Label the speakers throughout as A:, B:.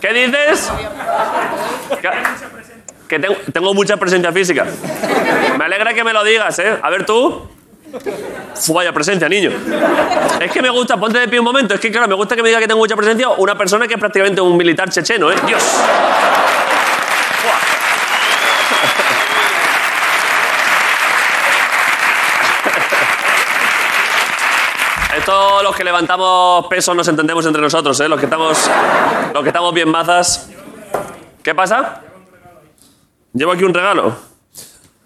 A: ¿Qué dices? Que, que tengo, tengo mucha presencia física. Me alegra que me lo digas, ¿eh? A ver tú. Fu, vaya presencia, niño. Es que me gusta, ponte de pie un momento. Es que, claro, me gusta que me diga que tengo mucha presencia una persona que es prácticamente un militar checheno, ¿eh? Dios. Fua. Esto Eh, los que levantamos pesos nos entendemos entre nosotros, ¿eh? Los que estamos, los que estamos bien mazas. ¿Qué pasa? Llevo aquí un regalo.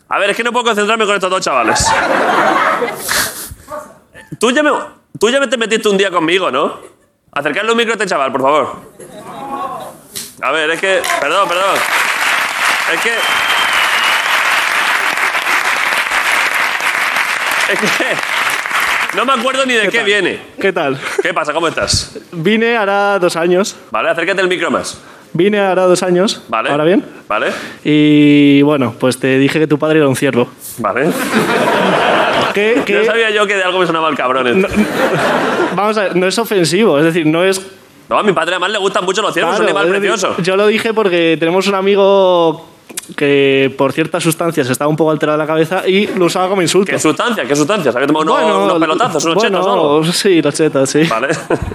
A: A ver, es que no puedo concentrarme con estos dos chavales. Tú ya me, tú ya me te metiste un día conmigo, ¿no? Acercarle un micro a este chaval, por favor. A ver, es que... Perdón, perdón. Es que... Es que... No me acuerdo ni de qué,
B: tal?
A: viene.
B: ¿Qué tal?
A: ¿Qué pasa? ¿Cómo estás?
B: Vine hará dos años.
A: Vale, acércate el micro más.
B: Vine hará dos años.
A: Vale.
B: ¿Ahora bien?
A: Vale,
B: Y bueno, pues te dije que tu padre era un ciervo.
A: vale.
B: Que, que-
A: No sabía yo que de algo me sonaba el cabrón. este.
B: Vamos a ver, no es ofensivo, es decir, no es...
A: No, a mi padre además le gustan mucho los ciervos, es un
B: Claro, eh,
A: animal
B: es decir,
A: precioso.
B: Yo lo dije porque tenemos un amigo que por ciertas sustancias estaba un poco alterada la cabeza y lo usaba como insulto.
A: ¿Qué sustancias? ¿Qué sustancias? Había tomado unos, unos pelotazos, unos
B: bueno,
A: chetos o algo.
B: Sí, los chetos, sí.
A: Vale.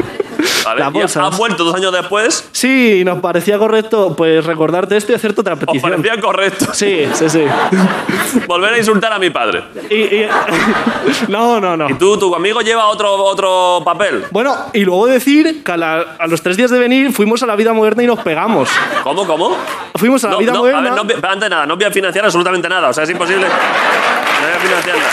A: vale.
B: Las
A: Y
B: bolsas.
A: has vuelto dos años después.
B: Sí, nos parecía correcto pues recordarte esto y hacerte otra
A: Os
B: petición.
A: parecía correcto
B: Sí, sí, sí.
A: volver a insultar a mi padre.
B: Y, y- no, no, no.
A: Y tú, tu amigo, lleva otro, otro papel.
B: Bueno, y luego decir que a, la- a los tres días de venir fuimos a la vida moderna y nos pegamos.
A: ¿Cómo, cómo?
B: Fuimos a la
A: No,
B: vida
A: no, a
B: moderna.
A: ver, no, vi- antes de nada, no voy a financiar absolutamente nada. O sea, es imposible. No voy a financiar nada.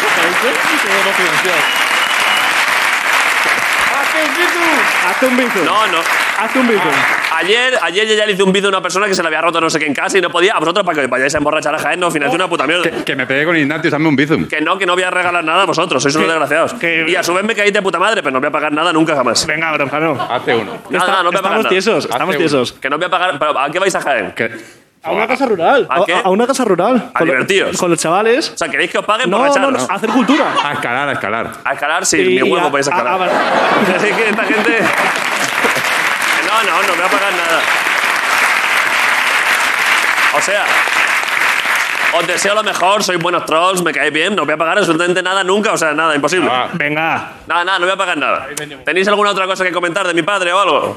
B: Hazte un bizum.
A: No, Ah. no.
B: Hazte un bizum.
A: Ayer, ayer yo ya le hice un vídeo a una persona que se le había roto no sé qué en casa y no podía. A vosotros, para que os vayáis a emborrachar a Jaén, no financié una puta mierda.
C: Que me pegué con Ignatius, hazme un bizum.
A: Que no, que no voy a regalar nada a vosotros, sois unos desgraciados.
B: que-
A: Y a su vez me caí de puta madre, pero no voy a pagar nada nunca jamás.
B: Venga, bronca, no.
C: Hazte uno.
A: Nada,
B: Está-
A: no voy a pagar
B: estamos
A: nada.
B: tiesos,
C: Hazte
B: estamos
C: un-
B: tiesos.
A: Que no voy a pagar. Pero, ¿A qué vais a Jaén?
C: Que-
B: A una casa rural.
A: ¿A qué?
B: una casa rural.
A: A
B: Con lo-
A: divertiros.
B: Con los chavales.
A: O sea, ¿queréis que os paguen
B: No,
A: por
B: no,
A: echar?
B: no, hacer cultura.
C: A escalar, a escalar.
A: A escalar, sí,
B: Y-
A: mi
B: y
A: huevo
B: a-
A: podéis
B: a-
A: escalar.
B: a-
A: Así que esta gente. Que No, no, no voy a pagar nada. O sea. Os deseo lo mejor, sois buenos trolls, me caéis bien, no voy a pagar absolutamente nada nunca, o sea, nada, imposible.
C: Ah.
B: Venga.
A: Nada, nada, no voy a pagar nada. ¿Tenéis alguna otra cosa que comentar de mi padre o algo?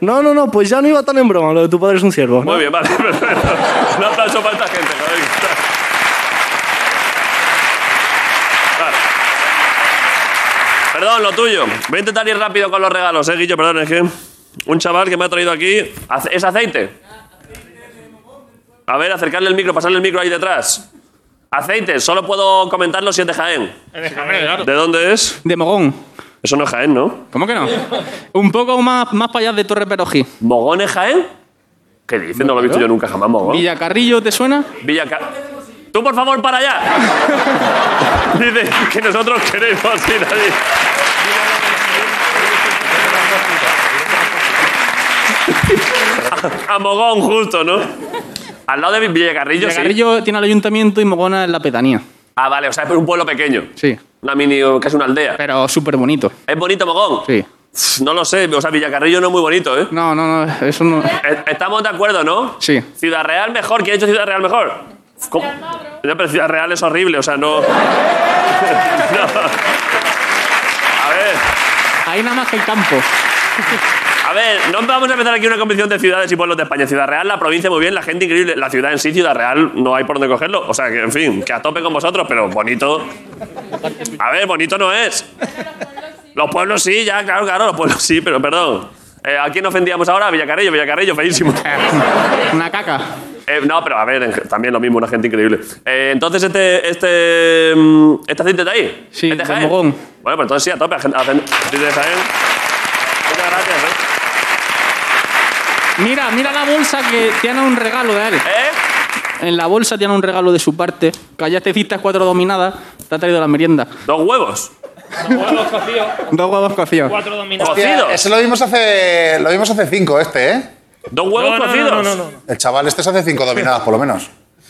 B: No, no, no, pues ya no iba tan en broma lo de tu padre es un ciervo. ¿no?
A: Muy bien, vale, perfecto. Un aplauso para esta gente. joder. Vale. Perdón, lo tuyo. Voy a intentar ir rápido con los regalos, eh, Guillo, perdón, es que un chaval que me ha traído aquí... Ace- ¿Es aceite? A ver, acercarle el micro, pasarle el micro ahí detrás. Aceite, solo puedo comentarlo si es de Jaén. ¿De dónde es?
D: De Mogón.
A: Eso no es Jaén, ¿no?
D: ¿Cómo que no? Un poco más, más para allá de Torre Perojí.
A: ¿Mogón es Jaén? ¿Qué dices? No lo he visto yo nunca jamás, Mogón.
D: Villacarrillo, ¿te suena?
A: Villaca... Tú, por favor, para allá. Dice que nosotros queremos ir allí. A Mogón, justo, ¿no? Al lado de Villacarrillo, sí.
D: Villacarrillo tiene el ayuntamiento y Mogona es la pedanía.
A: Ah, vale, o sea, es un pueblo pequeño.
D: Sí.
A: Una mini, casi una aldea.
D: Pero súper bonito.
A: ¿Es bonito Mogón?
D: Sí.
A: Pff, No lo sé, o sea, Villacarrillo no es muy bonito, ¿eh?
D: No, no, no, eso no.
A: E- Estamos de acuerdo, ¿no?
D: Sí.
A: Ciudad Real mejor. ¿Quién ha hecho Ciudad Real mejor? ¿Cómo? Ya, pero Ciudad Real es horrible, o sea, no. no. A ver,
D: Ahí nada más que el campo.
A: a ver, no vamos a empezar aquí una competición de ciudades y pueblos de España. Ciudad Real, la provincia muy bien, la gente increíble. La ciudad en sí, Ciudad Real, no hay por dónde cogerlo. O sea, que en fin, que a tope con vosotros, pero bonito. A ver, bonito no es. Los pueblos sí, ya, claro, claro, los pueblos sí, pero perdón. Eh, ¿A quién ofendíamos ahora? A Villacarrillo, Villacarrillo, feísimo.
D: Una caca.
A: Eh, no, pero a ver, en- también lo mismo, una gente increíble. Eh, entonces, este, este, mm, ¿esta gente de ahí?
D: Sí,
A: ¿Es de
D: del
A: Jaén?
D: Mogón.
A: Bueno, pues entonces sí, a tope. a gente- a gente- sí, de Jaén. Muchas gracias, ¿eh?
D: Mira, mira la bolsa que tiene un regalo de él.
A: ¿Eh?
D: En la bolsa tiene un regalo de su parte. Que allá te hiciste cuatro dominadas, te ha traído la merienda.
A: Dos huevos.
D: Dos huevos cocidos.
A: Cocidos.
E: Eso lo vimos hace. Lo vimos hace cinco, este, ¿eh?
A: Dos huevos cocidos.
E: El chaval este se hace cinco dominadas, por lo menos.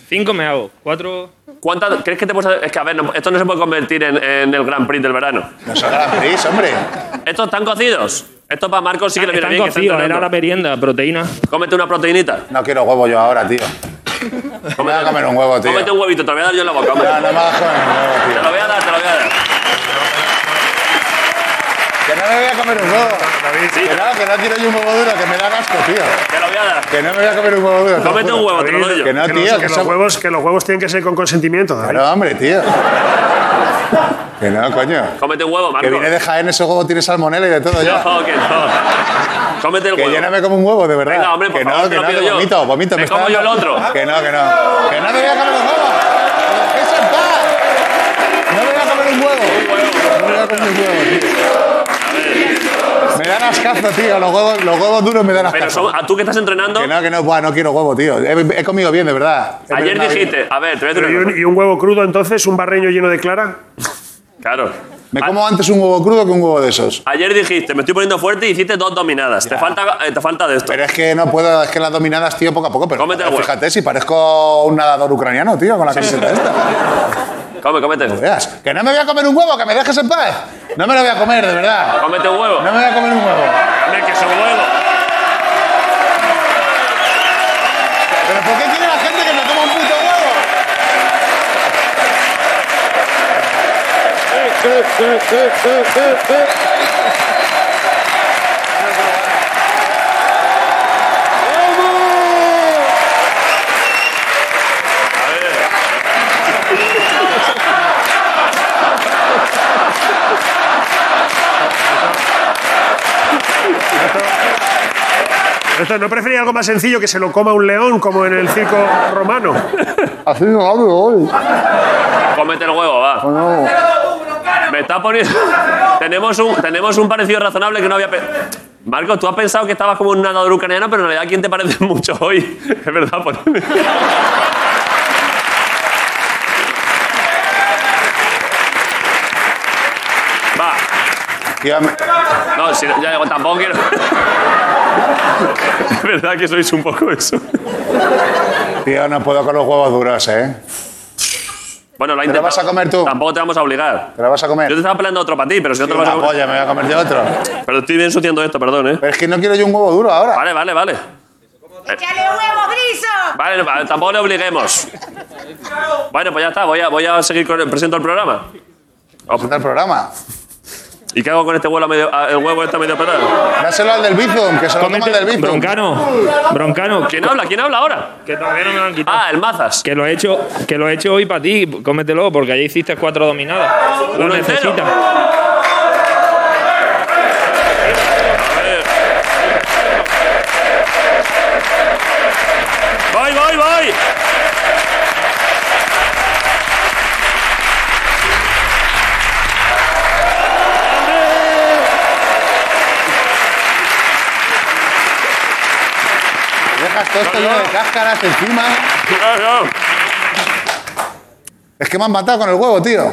F: Cinco me hago, cuatro.
A: ¿Cuántas- ¿Crees que te puedes hacer? Es que, a ver, no- esto no se puede convertir en, en el Grand Prix del verano.
E: No es el Gran Prix, hombre.
A: ¿Estos están cocidos? Esto para Marcos sí que le viene
F: Están
A: bien. Que está
F: cocidos, era
A: entrenando.
F: la merienda, proteína.
A: Cómete una proteinita.
E: No quiero huevo yo ahora, tío. Me voy a comer un huevo, tío.
A: Cómete un huevito, te lo voy a dar yo en la boca. hombre.
E: No, no me hagas comer un huevo,
A: Te
E: tío.
A: lo voy a dar, te lo voy a dar.
E: Que no me voy a comer un huevo.
A: Sí,
E: Que no, que no quiero yo un huevo duro, que me da asco, tío.
A: te lo voy a dar.
E: Que no me voy a comer un huevo duro. te lo
A: Cómete un
E: juro.
A: huevo, te lo doy yo.
E: Que no,
G: Que
E: tío.
G: los, que
E: que
G: los
E: son-
G: huevos, que los huevos tienen que ser con consentimiento, David.
E: No, hombre, tío. Que no, coño.
A: Cómete un huevo,
E: Que
A: Marcos.
E: viene de Jaén, ese huevo tiene salmonela y de todo ya.
A: No, que no. Cómete el
E: Que
A: huevo.
E: yo no me como un huevo, de verdad.
A: Venga, hombre, por
E: que
A: favor,
E: no,
A: te
E: que
A: lo
E: no,
A: pido
E: que
A: yo.
E: vomito, vomito.
A: Me
E: está
A: como yo
E: dando-
A: el otro.
E: Que no, que no. Que no me voy a comer los huevos. ¡Eso en paz! No me voy a comer un huevo. No me voy a comer un huevo, tío. Me dan ascazo, tío. Los huevos, los huevos duros me dan ascazo.
A: Pero somos- a tú que estás entrenando,
E: Que no, que no. Buah, no quiero huevo, tío. He, he comido bien, de verdad. He
A: ayer
E: merendado bien.
A: dijiste, a ver, te voy a decir
G: Pero
A: una
G: ¿y, un,
A: cosa.
G: y un huevo crudo, entonces, un barreño lleno de clara.
A: Claro.
E: Me como antes un huevo crudo que un huevo de esos.
A: Ayer dijiste, me estoy poniendo fuerte y hiciste dos dominadas. Te falta, eh, te falta de esto.
E: Pero es que no puedo, es que las dominadas, tío, poco a poco. Pero
A: Cómete el huevo.
E: fíjate, si parezco un nadador ucraniano, tío, con la camiseta esta.
A: Come, cómete.
E: Veas, Pues que no me voy a comer un huevo, que me dejes en paz. No me lo voy a comer, de verdad.
A: Cómete un huevo.
E: No me voy a comer un huevo.
A: Hombre, que es un huevo.
E: ¿Pero por qué quiere la gente que me coma un puto huevo?
G: Esto, ¿No prefería algo más sencillo que se lo coma un león, como en el circo romano?
E: Así no hablo hoy.
A: Cómete el huevo, va.
E: Pues
A: Me está poniendo. tenemos, un, tenemos un parecido razonable que no había. pe- Marcos, tú has pensado que estabas como un nadador ucraniano, pero en realidad, ¿quién te parece mucho hoy? Es verdad, pues. por Va,
E: Tío, me-
A: no, si, ya digo, tampoco quiero. Es verdad que sois un poco eso.
E: tío, no puedo con los huevos duros, ¿eh?
A: Bueno, lo ha
E: ¿Te lo vas
A: intentado.
E: a comer tú?
A: Tampoco te vamos a obligar.
E: ¿Te lo vas a comer?
A: Yo te estaba peleando otro para ti, pero si no te
E: Tío,
A: lo vas a
E: una
A: comer.
E: polla, me voy a comer de otro.
A: Pero estoy bien ensuciando esto, perdón, ¿eh?
E: Pero es que no quiero yo un huevo duro ahora.
A: Vale, vale, vale.
H: ¡Échale huevo, griso!
A: Vale, no, vale, tampoco le obliguemos. Bueno, pues ya está, voy a, voy a seguir con el, presento el programa.
E: Presenta el programa.
A: ¿Y qué hago con este huevo a medio, a- el huevo este a medio pelado?
E: Dáselo al del Bizum, que se lo coma el del Bizum.
F: broncano, broncano, que,
A: ¿Quién habla? ¿Quién habla ahora?
F: que todavía no me lo han quitado.
A: Ah, el Mazas.
F: Que lo, he hecho, que lo he hecho hoy para ti, cómetelo, porque ayer hiciste cuatro dominadas. Lo
A: Uno en cero.
F: necesitas.
A: ¡Voy, voy, voy!
E: Dejas todo esto
A: No, no.
E: lleno de cáscaras encima.
A: No, no.
E: Es que me han matado con el huevo, tío.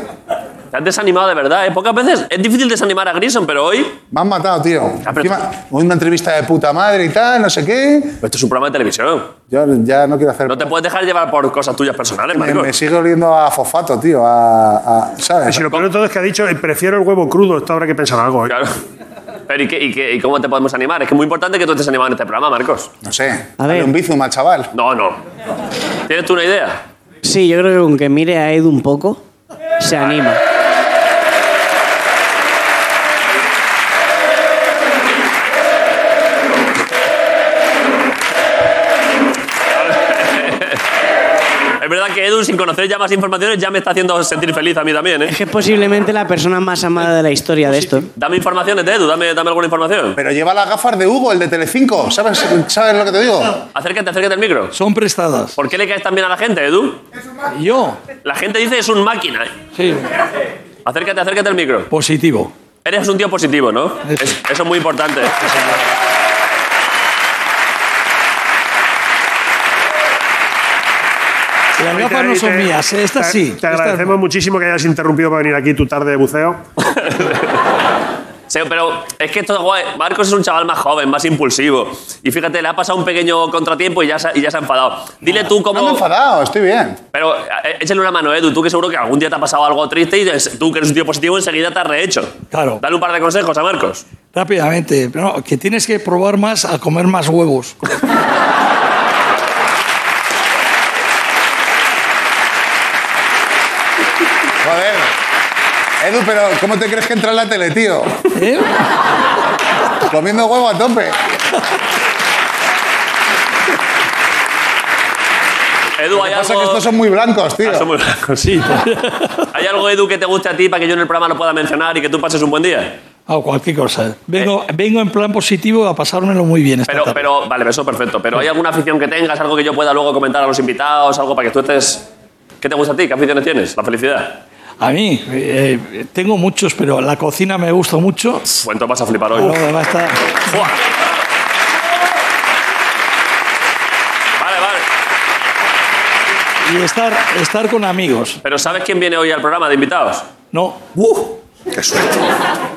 A: Te has desanimado de verdad, ¿eh? Pocas veces es difícil desanimar a Grison, pero hoy.
E: Me han matado, tío.
A: Ah, pero-
E: Encima, una entrevista de puta madre y tal, no sé qué.
A: Esto es un programa de televisión.
E: Yo ya no quiero hacer
A: No te puedes dejar llevar por cosas tuyas personales,
E: Me,
A: Marco.
E: me sigue oliendo a fosfato, tío. A, a- ¿Sabes?
G: Si lo peor de todo es que ha dicho, eh, prefiero el huevo crudo. Esto habrá que pensar algo, ¿eh?
A: Claro. Pero ¿y, qué, y, qué- y cómo te podemos animar? Es que es muy importante que tú estés animado en este programa, Marcos.
E: No sé.
I: A
E: Dale
I: ver.
E: un bizum al chaval.
A: No, no. ¿Tienes tú una idea?
I: Sí, yo creo que con que mire a Edu un poco, se anima.
A: Es verdad que Edu, sin conocer ya más informaciones, ya me está haciendo sentir feliz a mí también, ¿eh?
I: Es que es posiblemente la persona más amada de la historia de esto.
A: Dame informaciones de Edu, dame, dame alguna información.
E: Pero lleva las gafas de Hugo, el de Telecinco. ¿Sabes, ¿Sabes lo que te digo?
A: Acércate, acércate al micro.
J: Son prestadas.
A: ¿Por qué le caes tan bien a la gente, Edu?
J: Yo,
A: La gente dice es un máquina. ¿eh?
J: sí,
A: Acércate, acércate al micro.
J: positivo.
A: Eres un tío positivo, ¿no? Es- Eso es muy importante.
J: Las gafas no son mías, eh, estas sí.
G: Te
J: estas-
G: agradecemos muchísimo que hayas interrumpido para venir aquí tu tarde de buceo.
A: Se- pero es que esto es guay. Marcos es un chaval más joven, más impulsivo. Y fíjate, le ha pasado un pequeño contratiempo y ya se, y ya se ha enfadado. Dile tú cómo.
E: No me he enfadado, estoy bien.
A: Pero eh, échale una mano, Edu, tú que seguro que algún día te ha pasado algo triste y es- tú que eres un tío positivo enseguida te has rehecho.
J: Claro.
A: Dale un par de consejos a Marcos.
J: Rápidamente, no, que tienes que probar más a comer más huevos.
E: Joder. Edu, pero ¿cómo te crees que entra en la tele, tío?
J: ¿eh?
E: Comiendo huevo a tope.
A: Edu, hay
E: Pasa que
A: algo...
E: estos son muy blancos, tío.
A: Ah, son muy blancos, sí. ¿Hay algo, Edu, que te guste a ti para que yo en el programa lo pueda mencionar y que tú pases un buen día?
J: O cualquier cosa. Vengo,
I: Eh.
J: vengo en plan positivo a pasármelo muy bien esta
A: Pero,
J: tarde.
A: pero, vale, eso perfecto. Pero ¿hay alguna afición que tengas, algo que yo pueda luego comentar a los invitados, algo para que tú estés... ¿Qué te gusta a ti? ¿Qué aficiones tienes? La felicidad.
J: A mí, eh, tengo muchos, pero la cocina me gusta mucho.
A: Cuánto vas a flipar hoy.
J: Luego va a estar-
A: ¡Fua! Vale, vale.
J: y estar, estar con amigos.
A: Pero ¿sabes quién viene hoy al programa de invitados?
J: No,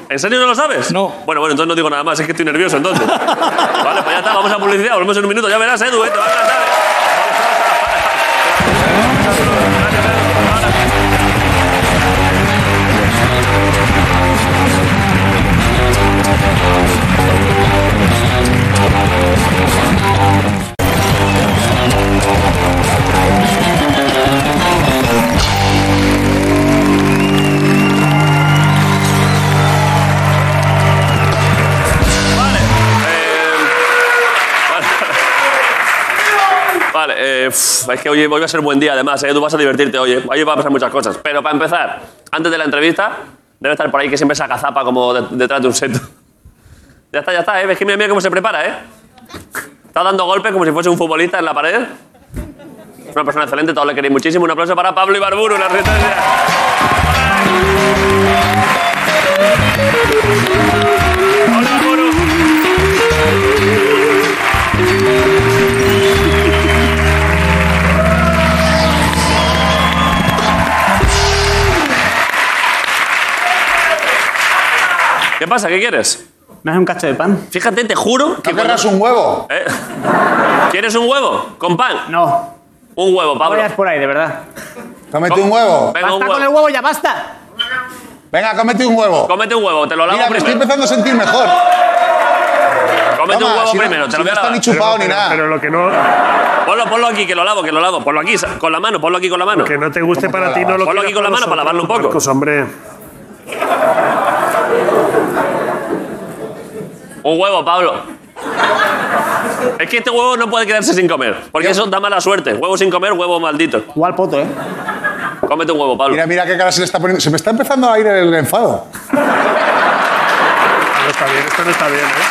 A: ¿En serio no lo sabes?
J: No.
A: Bueno, bueno, entonces no digo nada más, es que estoy nervioso entonces. vale, pues ya está, vamos a publicidad, volvemos en un minuto, ya verás, Edu, ¿eh? te va a encantar. ¿eh? Vale. eh, vale. Vale, eh, pf, es que hoy hoy va a ser un buen día además, ¿eh? tú vas a divertirte hoy, ¿eh? hoy van a pasar muchas cosas. Pero para empezar, antes de la entrevista, debe estar por ahí que siempre se agazapa como de- detrás de un seto. Ya está, ya está, ¿eh? ves que mira, mira cómo se prepara, ¿eh? Está dando golpes como si fuese un futbolista en la pared. Es una persona excelente, todos le queréis muchísimo. Un aplauso para Pablo Ibarburu, la resistencia. Hola, Ibarburu. ¿Qué pasa? ¿Qué quieres?
I: ¿Me das un cacho de pan?
A: Fíjate, te juro que
E: ¿No querrás un huevo?
A: ¿Eh? ¿Quieres un huevo? ¿Con pan?
I: No.
A: Un huevo,
I: No
A: Pablo.
I: vayas por ahí, de verdad.
E: Cómete un huevo.
A: Venga, un
I: ¡Basta con el
A: huevo.
I: huevo, ya basta!
E: Venga, cómete un huevo.
A: Cómete un huevo, te lo lavo
E: Mira, me estoy
A: primero.
E: empezando a sentir mejor.
A: Cómete un
E: Toma,
A: huevo
E: si no-
A: primero, te
E: si
A: lo voy
E: no
A: a
E: está ni
A: lavar.
E: chupado ni
G: pero,
E: nada.
G: pero lo que no,
A: Ponlo, ponlo aquí, que lo lavo, que lo lavo. Ponlo aquí, sa- con la mano, ponlo aquí con la mano.
G: que no te guste
E: ¿Cómo
G: para
E: te
G: ti, no
E: lavas?
G: lo
A: Ponlo
G: quieras
A: aquí con la mano para lavarlo un poco.
G: Marcos, hombre.
A: Un huevo, Pablo. Es que este huevo no puede quedarse sin comer, porque eso da mala suerte. Huevo sin comer, huevo maldito.
I: Igual poto, ¿eh?
A: Cómete un huevo, Pablo.
E: Mira, mira qué cara se le está poniendo. Se me está empezando a ir el enfado.
G: Ah, No está bien, esto no está bien, ¿eh?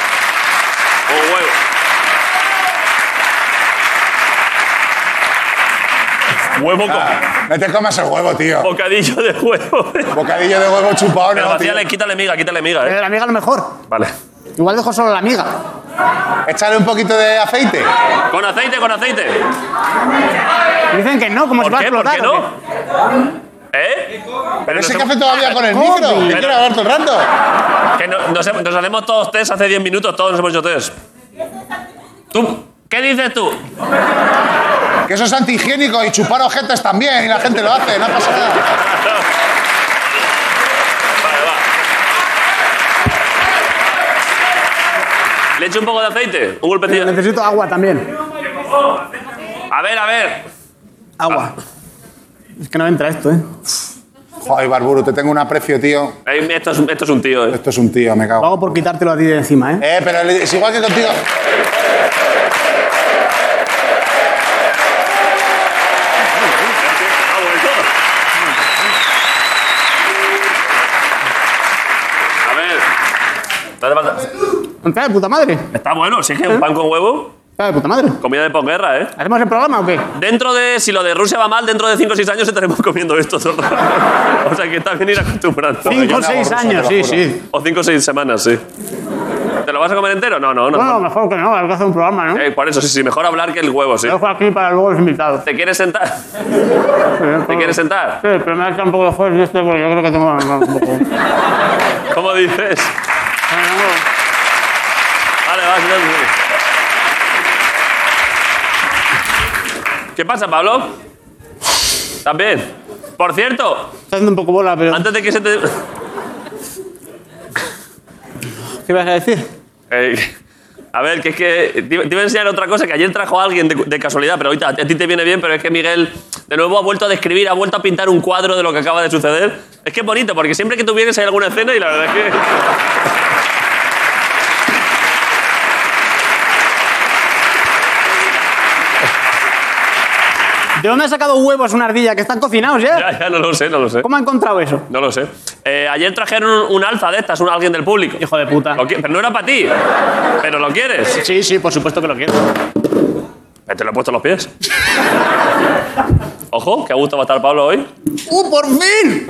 A: Un huevo. Huevo con
E: Ah, No te comas el huevo, tío.
A: bocadillo de huevo.
E: Bocadillo de huevo chupado,
A: Pero
E: no, tío.
A: vacíale, quítale miga, quítale miga,
I: Pero
A: eh.
I: de la amiga a lo mejor.
A: Vale.
I: Igual dejo solo la amiga.
E: Échale un poquito de aceite.
A: Con aceite, con aceite.
I: Dicen que no, como si
A: ¿Por
I: fuera a
A: qué? ¿Por
I: explotar.
A: qué
I: ¿o
A: no? ¿Eh? Pero
E: Ese
A: nos,
E: café
A: hemos-
E: todavía con el micro. ¿Qué
A: Pero-
E: quiere hablar todo el rato?
A: que no- nos, hemos- nos hacemos todos test hace 10 minutos, todos nos hemos hecho test. ¿Tú? ¿Qué dices tú?
E: Que eso es antihigiénico y chupar ojetes también. Y la gente lo hace, no pasa nada.
A: Vale, va. ¿Le echo un poco de aceite? Un golpecillo.
I: Necesito agua también.
A: A ver, a ver.
I: Agua. Es que no entra esto, ¿eh?
E: Joder, Barburu, te tengo un aprecio, tío.
A: Ey, Esto es, un- esto es un tío, eh.
E: Esto es un tío, me
I: Lo
E: cago.
I: hago por quitártelo a ti de encima, ¿eh?
E: Eh, pero es igual que contigo.
A: Ah, bueno. A ver. No hace falta-
I: Entra de puta madre.
A: Está bueno, sí que un pan con huevo.
I: Entra Ah, de puta madre.
A: Comida de posguerra, ¿eh?
I: ¿Hacemos el programa o qué?
A: Dentro de, si lo de Rusia va mal, dentro de 5 o 6 años estaremos comiendo esto todo el rato. O sea que está bien ir acostumbrando.
I: Cinco o
E: no hago
I: seis
E: ruso,
I: años,
E: te lo
I: sí,
E: juro.
I: sí.
A: O 5 o 6 semanas, sí. ¿Te lo vas a comer entero? No, no, no.
I: Bueno, mejor que no, hay que hacer un programa, ¿no?
A: Eh, por eso, sí, sí, mejor hablar que el huevo, sí.
I: Lo dejo aquí para luego los invitados.
A: ¿Te quieres sentar? ¿Te
I: ¿Te
A: quieres sentar?
I: Sí, este pero me da un poco de fuerza y esto, porque yo creo que tengo un poco.
A: ¿Cómo dices?
K: no.
A: Vale, va, sí, sí, sí. ¿Qué pasa, Pablo? También. Por cierto,
K: Está dando un poco bola, pero
A: antes de que se te.
K: ¿qué vas a decir?
A: Eh, a ver, que es que te, te iba a enseñar otra cosa, que ayer trajo a alguien de, de casualidad, pero ahorita a, ti te viene bien, pero es que Miguel de nuevo ha vuelto a describir, ha vuelto a pintar un cuadro de lo que acaba de suceder. Es que es bonito, porque siempre que tú vienes hay alguna escena y la verdad es que...
K: ¿De dónde ha sacado huevos una ardilla? Que están cocinados ya.
A: Ya, ya, no lo sé, no lo sé.
K: ¿Cómo ha encontrado eso?
A: No lo sé. Eh, ayer trajeron un, un alza de estas, un alguien del público.
K: Hijo de puta.
A: Lo qui- pero no era para ti. Pero lo quieres.
K: Sí, sí, por supuesto que lo quiero.
A: Eh, Te lo he puesto en los pies. Ojo, que a gusto va a estar Pablo hoy.
E: ¡Uh, por fin!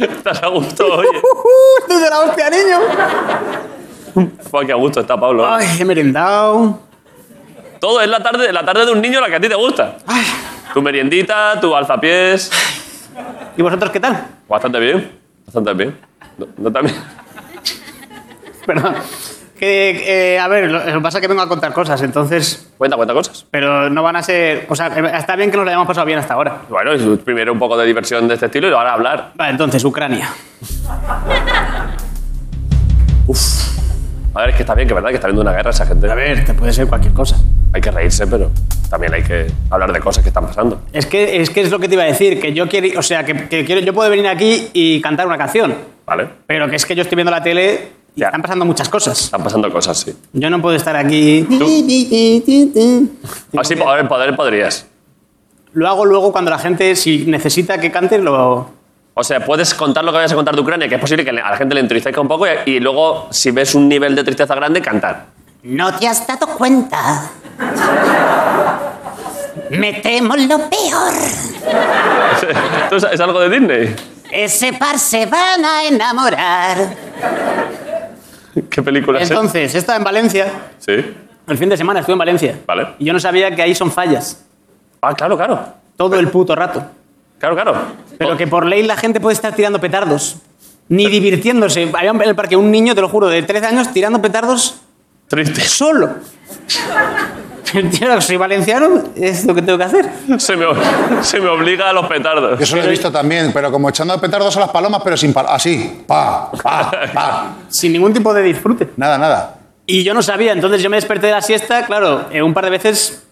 A: Estás a gusto hoy.
K: ¡Estoy de la hostia, niño!
A: Joder, qué a gusto está Pablo. hoy.
K: Ay, he merendado.
A: Todo es la tarde, la tarde de un niño la que a ti te gusta. Tu meriendita, tu alzapiés.
K: ¿Y vosotros qué tal?
A: Bastante bien. Bastante bien. No, no tan bien.
K: Perdón. Que, eh, a ver, lo, lo que pasa es que vengo a contar cosas, entonces.
A: Cuenta, cuenta cosas.
K: Pero no van a ser. O sea, eh, está bien que nos lo hayamos pasado bien hasta ahora.
A: Bueno, y primero un poco de diversión de este estilo y ahora hablar.
K: Vale, entonces, Ucrania.
A: A ver, es que está bien, que es verdad que está habiendo una guerra esa gente.
K: A ver, te puede ser cualquier cosa.
A: Hay que reírse, pero también hay que hablar de cosas que están pasando.
K: Es que, es que es lo que te iba a decir, que yo quiero. O sea, que, que quiero, yo puedo venir aquí y cantar una canción.
A: ¿Vale?
K: Pero que es que yo estoy viendo la tele y
A: Ya.
K: están pasando muchas cosas.
A: Están pasando cosas, sí.
K: Yo no puedo estar aquí.
A: Así, poder, poder podrías.
K: Lo hago luego cuando la gente, si necesita que cante, lo.
A: O sea, puedes contar lo que vayas a contar de Ucrania, que es posible que le- a la gente le entristezca un poco y, y luego, si ves un nivel de tristeza grande, cantar.
L: No te has dado cuenta. Me temo lo peor.
A: ¿Esto es, es algo de Disney?
L: Ese par se van a enamorar.
A: ¿Qué película es? esa?
K: Entonces, estaba en Valencia.
A: Sí.
K: El fin de semana estuve en Valencia.
A: Vale.
K: Y yo no sabía que ahí son fallas.
A: Ah, claro, claro.
K: Todo el puto rato.
A: Claro, claro.
K: Pero que por ley la gente puede estar tirando petardos. Ni divirtiéndose. Había en el parque un niño, te lo juro, de 13 años tirando petardos
A: Triste.
K: solo. Tío, soy valenciano, es lo que tengo que hacer.
A: Se me, ob- se me obliga a los
E: Yo
A: petardos.
E: eso lo he visto también, pero como echando petardos a las palomas, pero sin pal Así. Pa, pa, pa.
K: Sin ningún tipo de disfrute.
E: Nada, nada.
K: Y yo no sabía, entonces yo me desperté de la siesta, claro, eh, un par de veces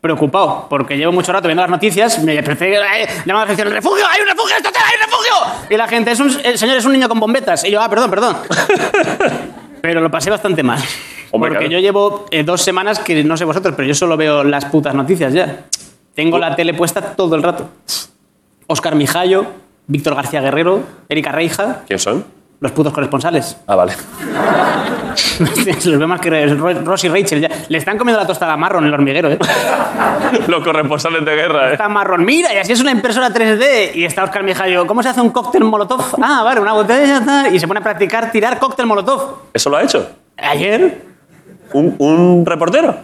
K: preocupado, porque llevo mucho rato viendo las noticias, me desperté, eh, llamaba la atención, refugio, hay un refugio, en esta hotel, hay un refugio. Y la gente, es un, el señor es un niño con bombetas. Y yo, ah, perdón, perdón. pero lo pasé bastante mal.
A: Hombre,
K: porque
A: claro.
K: yo llevo eh, dos semanas que no sé vosotros, pero yo solo veo las putas noticias ya. Tengo la tele puesta todo el rato. Oscar Mijallo, Víctor García Guerrero, Erika Reija,
A: ¿Quién son?
K: los putos corresponsales.
A: Ah, vale.
K: Se los ve más que Ro- Ross y Rachel. ya. Le están comiendo la tostada marrón el hormiguero, ¿eh?
A: Los corresponsales de guerra, ¿eh?
K: Está marrón. Mira, y así es una impresora 3D. Y está Oscar Mijayo. ¿Cómo se hace un cóctel molotov? Ah, vale, una botella. tal. Y se pone a practicar tirar cóctel molotov.
A: ¿Eso lo ha hecho?
K: Ayer,
A: ¿Un, un reportero?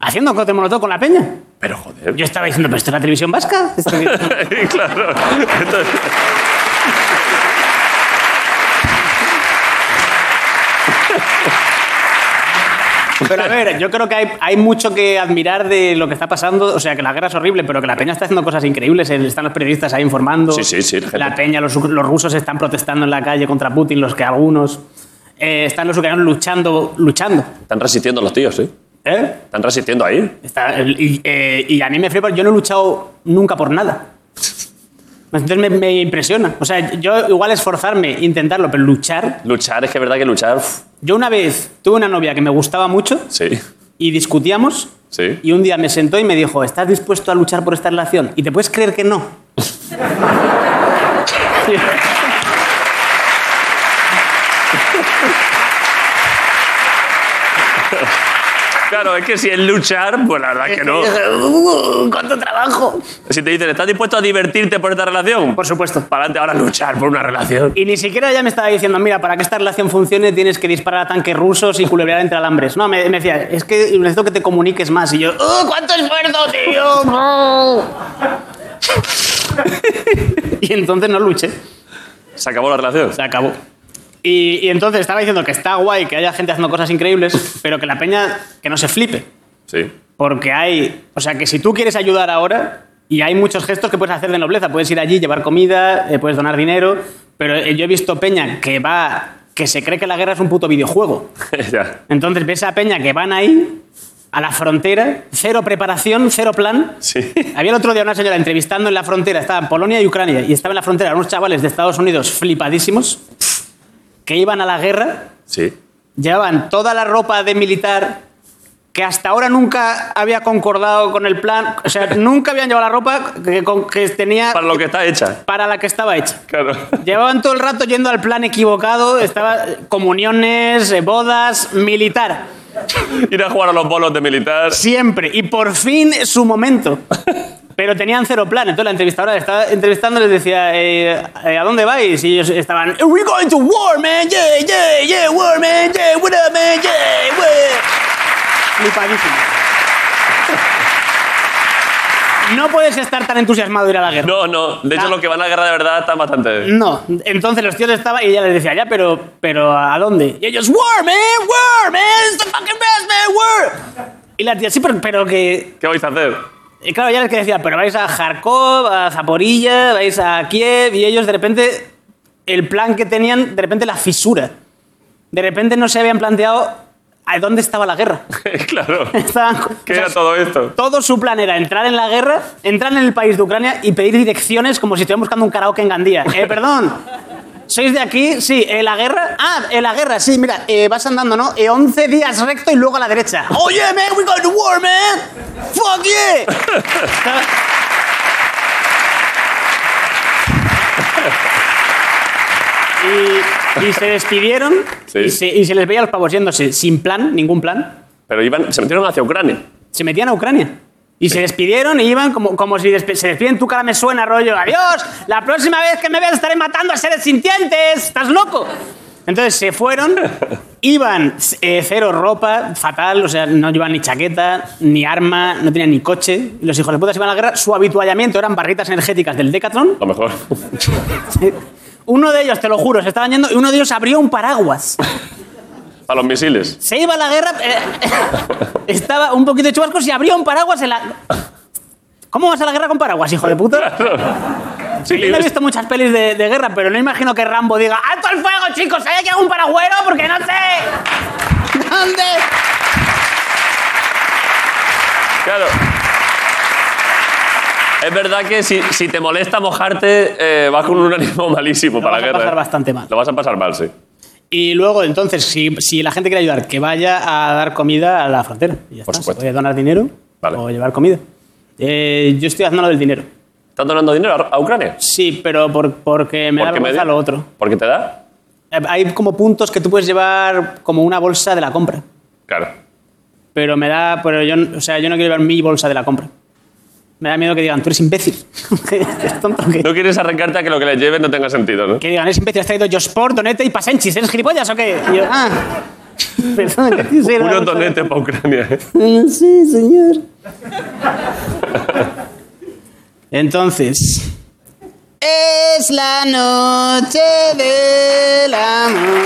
K: haciendo cóctel molotov con la peña.
A: Pero joder.
K: Yo estaba diciendo, pero esto es la televisión vasca. ¿Esto qué-
A: claro. Entonces-
K: Pero a ver, yo creo que hay, hay mucho que admirar de lo que está pasando. O sea, que la guerra es horrible, pero que la peña está haciendo cosas increíbles. El- Están los periodistas ahí informando.
A: Sí, sí, sí, la gente.
K: La peña, los, los rusos están protestando en la calle contra Putin, los que algunos. Eh, están los ucranianos luchando. luchando.
A: Están resistiendo los tíos, ¿sí?
K: ¿Eh?
A: Están resistiendo ahí.
K: Está- el- y, eh, y a mí me flipa, porque yo no he luchado nunca por nada. Entonces me, me impresiona. O sea, yo igual esforzarme, intentarlo, pero luchar.
A: Luchar, es que es verdad que luchar. uf,
K: Yo una vez tuve una novia que me gustaba mucho
A: Sí,
K: y discutíamos
A: sí.
K: Y un día me sentó y me dijo, ¿estás dispuesto a luchar por esta relación? Y te puedes creer que no.
A: Claro, es que si es luchar, pues la verdad es que no.
M: Uh, ¡Cuánto trabajo!
A: Si te dicen, ¿estás dispuesto a divertirte por esta relación? Por supuesto. Para adelante, ahora luchar por una relación.
K: Y ni siquiera ella me estaba diciendo, mira, para que esta relación funcione tienes que disparar a tanques rusos y culebrear entre alambres. No, me, me decía, es que necesito que te comuniques más. Y yo, ¡uh, cuánto esfuerzo, tío! No". y entonces no luché.
A: Se acabó la relación.
K: Se acabó. Y, y entonces estaba diciendo que está guay que haya gente haciendo cosas increíbles, pero que la peña que no se flipe.
A: Sí.
K: Porque hay. O sea, que si tú quieres ayudar ahora, y hay muchos gestos que puedes hacer de nobleza. Puedes ir allí, llevar comida, eh, puedes donar dinero. Pero eh, yo he visto Peña que va. que se cree que la guerra es un puto videojuego.
A: ya.
K: Entonces ves a Peña que van ahí, a la frontera, cero preparación, cero plan.
A: Sí.
K: Había el otro día una señora entrevistando en la frontera, estaba en Polonia y Ucrania, y estaba en la frontera unos chavales de Estados Unidos flipadísimos que iban a la guerra
A: Sí.
K: Llevaban toda la ropa de militar que hasta ahora nunca había concordado con el plan. O sea, nunca habían llevado la ropa que, con- que tenía
A: Para lo que está hecha.
K: para la que estaba hecha.
A: Claro.
K: Llevaban todo el rato yendo al plan equivocado. Estaba comuniones, eh, bodas, militar.
A: Ir a jugar a los bolos de militar.
K: Siempre. Y por fin su momento. Pero tenían cero plan. Entonces la entrevistadora les estaba entrevistando les decía, eh, eh, ¿a dónde vais? Y ellos estaban, we're going to war, man. Yeah, yeah, yeah, war, man. Yeah, what up, man. Yeah, yeah. Flipadísimo. No puedes estar tan entusiasmado de ir a la guerra.
A: No, no. De hecho,
K: Ah.
A: los que van a la guerra de verdad están bastante.
K: No, entonces los tíos estaban y ella les decía, ya, pero, pero ¿a dónde? Y ellos, war, man, war, man, it's the fucking best, man, war. Y la tía, sí, pero, pero que
A: ¿Qué vais a hacer?
K: Y claro, ya les que decía, pero vais a Kharkov, a Zaporilla, vais a Kiev, y ellos de repente, el plan que tenían, de repente la fisura. De repente no se habían planteado a dónde estaba la guerra.
A: claro.
K: Estaban-
A: ¿Qué
K: o sea,
A: era todo esto?
K: todo su plan era entrar en la guerra, entrar en el país de Ucrania y pedir direcciones como si estuvieran buscando un karaoke en Gandía. Eh, perdón. ¿Sois de aquí? Sí. ¿Eh, ¿La guerra? Ah, eh, la guerra, sí. Mira, eh, vas andando, ¿no? Eh, 11 días recto y luego a la derecha. Oh, yeah, man, we going to war, man. Fuck yeah. Estaba- Y, y se despidieron
A: Sí.
K: y, se, y se les veía a los pavos yéndose sin plan, ningún plan
A: Pero iban, se metieron hacia Ucrania.
K: se metían a Ucrania. Y se despidieron y iban como, como si despe- se despiden, tu cara me suena, rollo, adiós, la próxima vez que me veas estaré matando a seres sintientes, estás loco. Entonces se fueron, iban eh, cero ropa, fatal, o sea, no llevaban ni chaqueta, ni arma, no tenían ni coche. Y Los hijos de puta se iban a la guerra, su habituallamiento eran barritas energéticas del Decathlon.
A: A lo mejor.
K: Uno de ellos, te lo juro, se estaban yendo y uno de ellos abrió un paraguas.
A: Para los misiles.
K: Se iba a la guerra, eh, estaba un poquito de chubascos y abrió un paraguas en la... ¿Cómo vas a la guerra con paraguas, hijo de puta?
A: Sí,
K: Yo no he visto muchas pelis de, de guerra, pero no imagino que Rambo diga ¡Alto al fuego, chicos! ¡Hay aquí algún paragüero! Porque no sé... ¿Dónde?
A: claro. Es verdad que si, si te molesta mojarte, eh, vas con un ánimo malísimo para
K: vas
A: la
K: a
A: guerra.
K: pasar
A: ¿eh?
K: bastante mal.
A: Lo vas a pasar mal, sí.
K: Y luego, entonces, si, si la gente quiere ayudar, que vaya a dar comida a la frontera. Y ya
A: Por
K: está.
A: supuesto.
K: Se puede donar dinero
A: Vale.
K: o llevar comida. Eh, yo estoy haciendo lo del dinero.
A: ¿Estás donando dinero a, a Ucrania?
K: Sí, pero por- porque me da
A: Porque
K: vergüenza
A: me-
K: lo otro.
A: ¿Por qué te da?
K: Eh, Hay como puntos que tú puedes llevar como una bolsa de la compra.
A: Claro.
K: Pero me da. Pero yo, o sea, yo no quiero llevar mi bolsa de la compra. Me da miedo que digan, tú eres imbécil. es tonto que.
A: No quieres arrancarte a que lo que le lleves no tenga sentido, ¿no?
K: Que digan, eres imbécil, has traído Josport, Donete y Pasenchis, ¿eres gilipollas o qué? Y yo, ah. Perdón, que sí, era la
A: Puro
K: bolsa de-
A: tonete para Ucrania. ¿eh?
K: Sí, señor. Entonces. Es la noche del amor.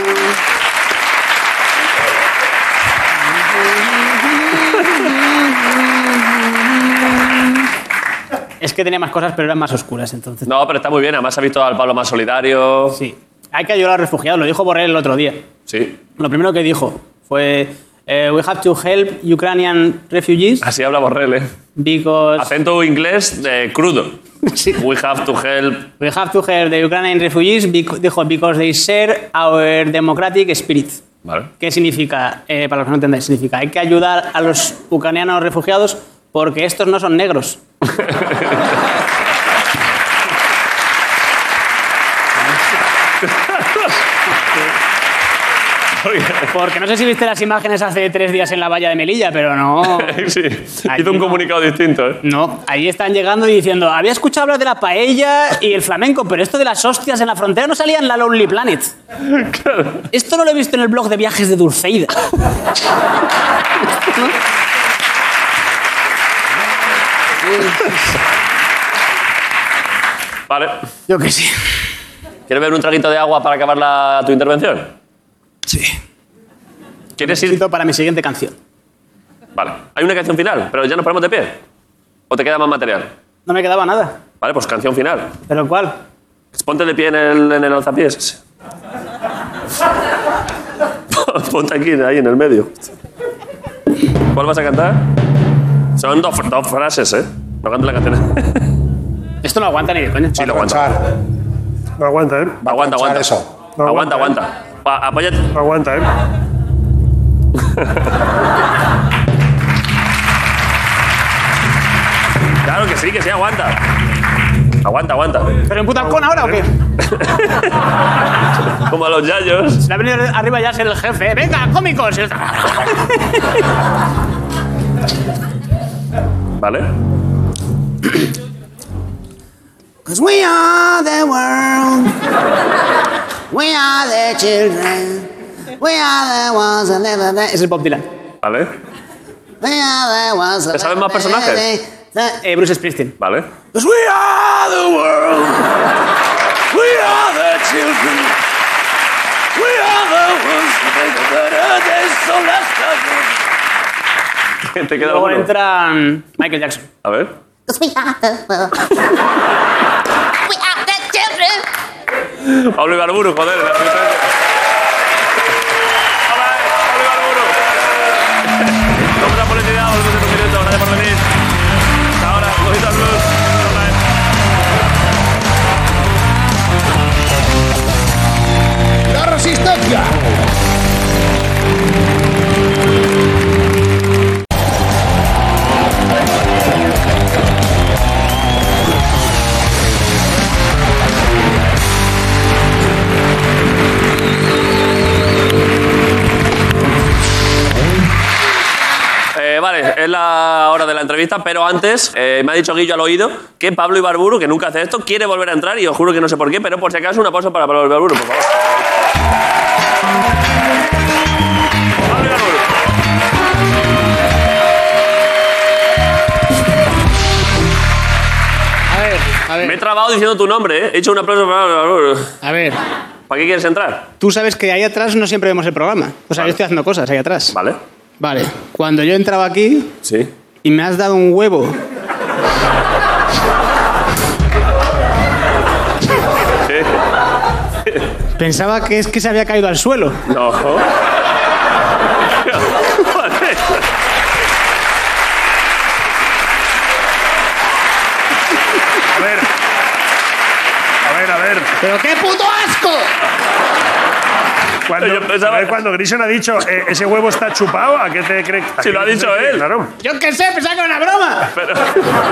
K: Es que tenía más cosas, pero eran más oscuras entonces.
A: No, pero está muy bien. Además, ha visto al Pablo más solidario.
K: Sí. Hay que ayudar a los refugiados, lo dijo Borrell el otro día.
A: Sí.
K: Lo primero que dijo fue: eh, We have to help Ukrainian refugees
A: Así habla Borrell, ¿eh?
K: because.
A: Acento inglés de crudo. We have to help.
K: We have to help the Ukrainian refugees bec- dijo, because they share our democratic spirit.
A: Vale.
K: ¿Qué significa? Eh, para los que no entendáis, significa hay que ayudar a los ucranianos refugiados porque estos no son negros. Porque no sé si viste las imágenes hace tres días en la valla de Melilla, pero no.
A: sí, hizo un comunicado distinto, ¿eh?
K: No, ahí están llegando y diciendo: Había escuchado hablar de la paella y el flamenco, pero esto de las hostias en la frontera no salía en la Lonely Planet. Esto no lo he visto en el blog de viajes de Dulceida.
A: Vale.
K: Yo que sí.
A: ¿Quieres beber un traguito de agua para acabar la- tu intervención?
N: Sí.
A: ¿Quieres ir?
K: Necesito para mi siguiente canción.
A: Vale. Hay una canción final, pero ya nos ponemos de pie. ¿O te queda más material?
K: No me quedaba nada.
A: Vale, pues canción final.
K: ¿Pero cuál?
A: Ponte de pie en el, en el alzapiés. Ponte aquí, ahí en el medio. ¿Cuál vas a cantar? Son dos, dos frases, ¿eh? No cantes la canción.
K: Esto no aguanta ni de coña.
A: Sí, lo aguanta.
E: Char,
C: No aguanta, ¿eh?
A: Aguanta,
E: Char,
A: aguanta.
E: eso.
C: No
A: Aguanta,
C: aguanta, eh.
A: aguanta. Va, apóyate.
C: No aguanta, ¿eh?
A: Claro que sí, que sí, aguanta. Aguanta, aguanta.
K: ¿Pero en puta con ahora o qué?
A: Como a los yayos.
K: Le ha venido arriba ya a ser el jefe. ¿eh? ¡Venga, cómicos!
A: ¿Vale?
H: Cause we are the world. We are the children. We are the ones that never die.
K: Ese es Bob Dylan.
A: ¿Vale?
H: We are the ones that
A: ¿Te saben más
H: never
A: personajes?
H: die. That-
K: Eh, Bruce Springsteen.
A: ¿Vale?
N: Because we are the world. We are the children. We are the ones who make a better day, so let's go.
A: ¿Te queda
K: Luego
A: alguno?
K: entran Michael Jackson.
A: A ver.
H: Cause we are the world. we are the children.
A: Pablo Ibarburu, joder. la puta. Hola, Pablo Ibarburu. Vamos a publicidad, volvemos en un minuto. Gracias por venir. Hasta ahora, Movistar Plus. Hola.
E: ¡La resistencia!
A: Eh, vale, es la hora de la entrevista, pero antes eh, me ha dicho Guillo al oído que Pablo Ibarburu, que nunca hace esto, quiere volver a entrar y os juro que no sé por qué, pero por si acaso una pausa para Pablo Ibarburu, por favor. Pablo Ibarburu.
K: A ver, a
A: Me he trabado diciendo tu nombre, ¿eh? He hecho un aplauso para Pablo Ibarburu.
K: A ver.
A: ¿Para qué quieres entrar?
K: Tú sabes que ahí atrás no siempre vemos el programa. O sea, yo estoy haciendo cosas ahí atrás.
A: Vale.
K: Vale. Cuando yo entraba aquí
A: Sí.
K: y me has dado un huevo. Pensaba que es que se había caído al suelo.
A: No. Joder.
C: A ver. A ver, a ver.
K: ¡Pero qué puto asco!
C: Cuando,
A: Yo pensaba-
C: a ver, cuando Grison ha dicho, "Eh, ese huevo está chupado, ¿a qué te crees?
A: Si lo ha dicho él.
C: Claro.
K: Yo qué sé, pensaba que era una broma.
A: Pero,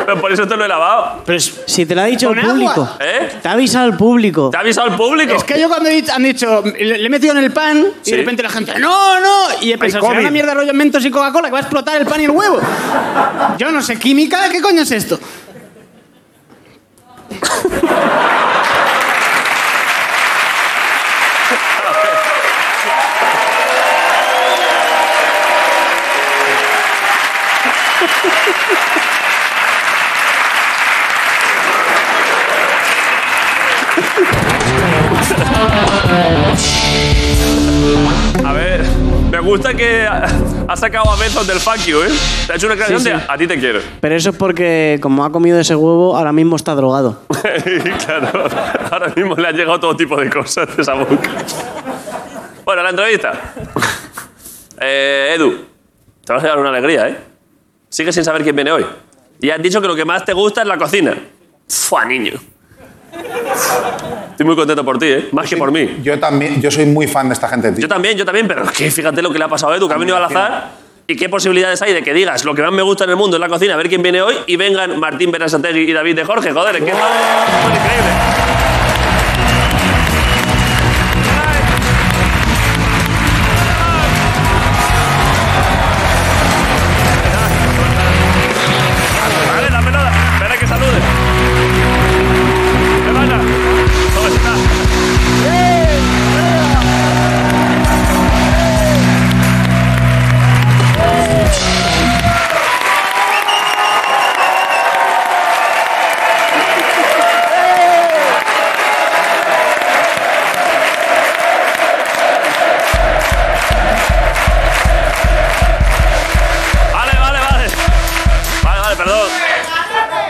A: pero por eso te lo he lavado.
K: Pero
O: Si te lo ha dicho el
K: Con agua.
O: público.
A: ¿Eh?
O: Te ha avisado el público.
A: ¿Te ha avisado el público?
K: Es que yo cuando he dicho- han dicho, le le he metido en el pan
A: Sí.
K: y de repente la gente, no, no, y he pensado, será
C: COVID.
K: una mierda rollo mentos y Coca-Cola que va a explotar el pan y el huevo. Yo no sé química, ¿qué coño es esto?
A: A ver, me gusta que ha ha sacado a Bezos del fuck you, ¿eh? Te ha hecho una creación
O: Sí,
A: de
O: sí.
A: a ti te quiero.
O: Pero eso es porque, como ha comido ese huevo, ahora mismo está drogado.
A: claro, ahora mismo le han llegado todo tipo de cosas de esa boca. Bueno, la entrevista. Eh, Edu, te vas a llevar una alegría, ¿eh? Sigue sin saber quién viene hoy. Y has dicho que lo que más te gusta es la cocina. Fua, niño. Estoy muy contento por ti, ¿eh? Más que por mí.
E: Yo también, yo soy muy fan de esta gente, tío.
A: Yo también, yo también, pero es que fíjate lo que le ha pasado a Edu, que ha venido al azar. ¿Y qué posibilidades hay de que digas lo que más me gusta en el mundo es la cocina, a ver quién viene hoy y vengan Martín Berasategui y David de Jorge? Joder, es que esto esto es increíble.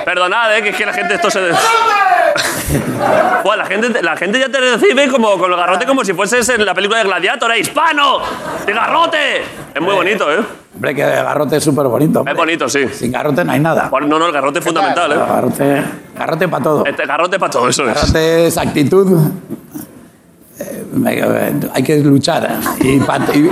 A: Perdonad, eh, que es que la gente esto se... Buah, la, gente, la gente ya te recibe como con el garrote como si fueses en la película de Gladiator, ¿eh? ¡Hispano! ¡De garrote! Es muy bonito, ¿eh?
K: Hombre, que el garrote es súper bonito.
A: Es bonito, sí. Sin
K: garrote no hay nada.
A: No, no, el garrote es fundamental,
K: El
A: ¿eh?
K: garrote, garrote para todo.
A: Este garrote para todo, eso
K: El
A: es.
K: garrote es actitud. Eh, me- Hay que luchar. eh. Y, pa- y-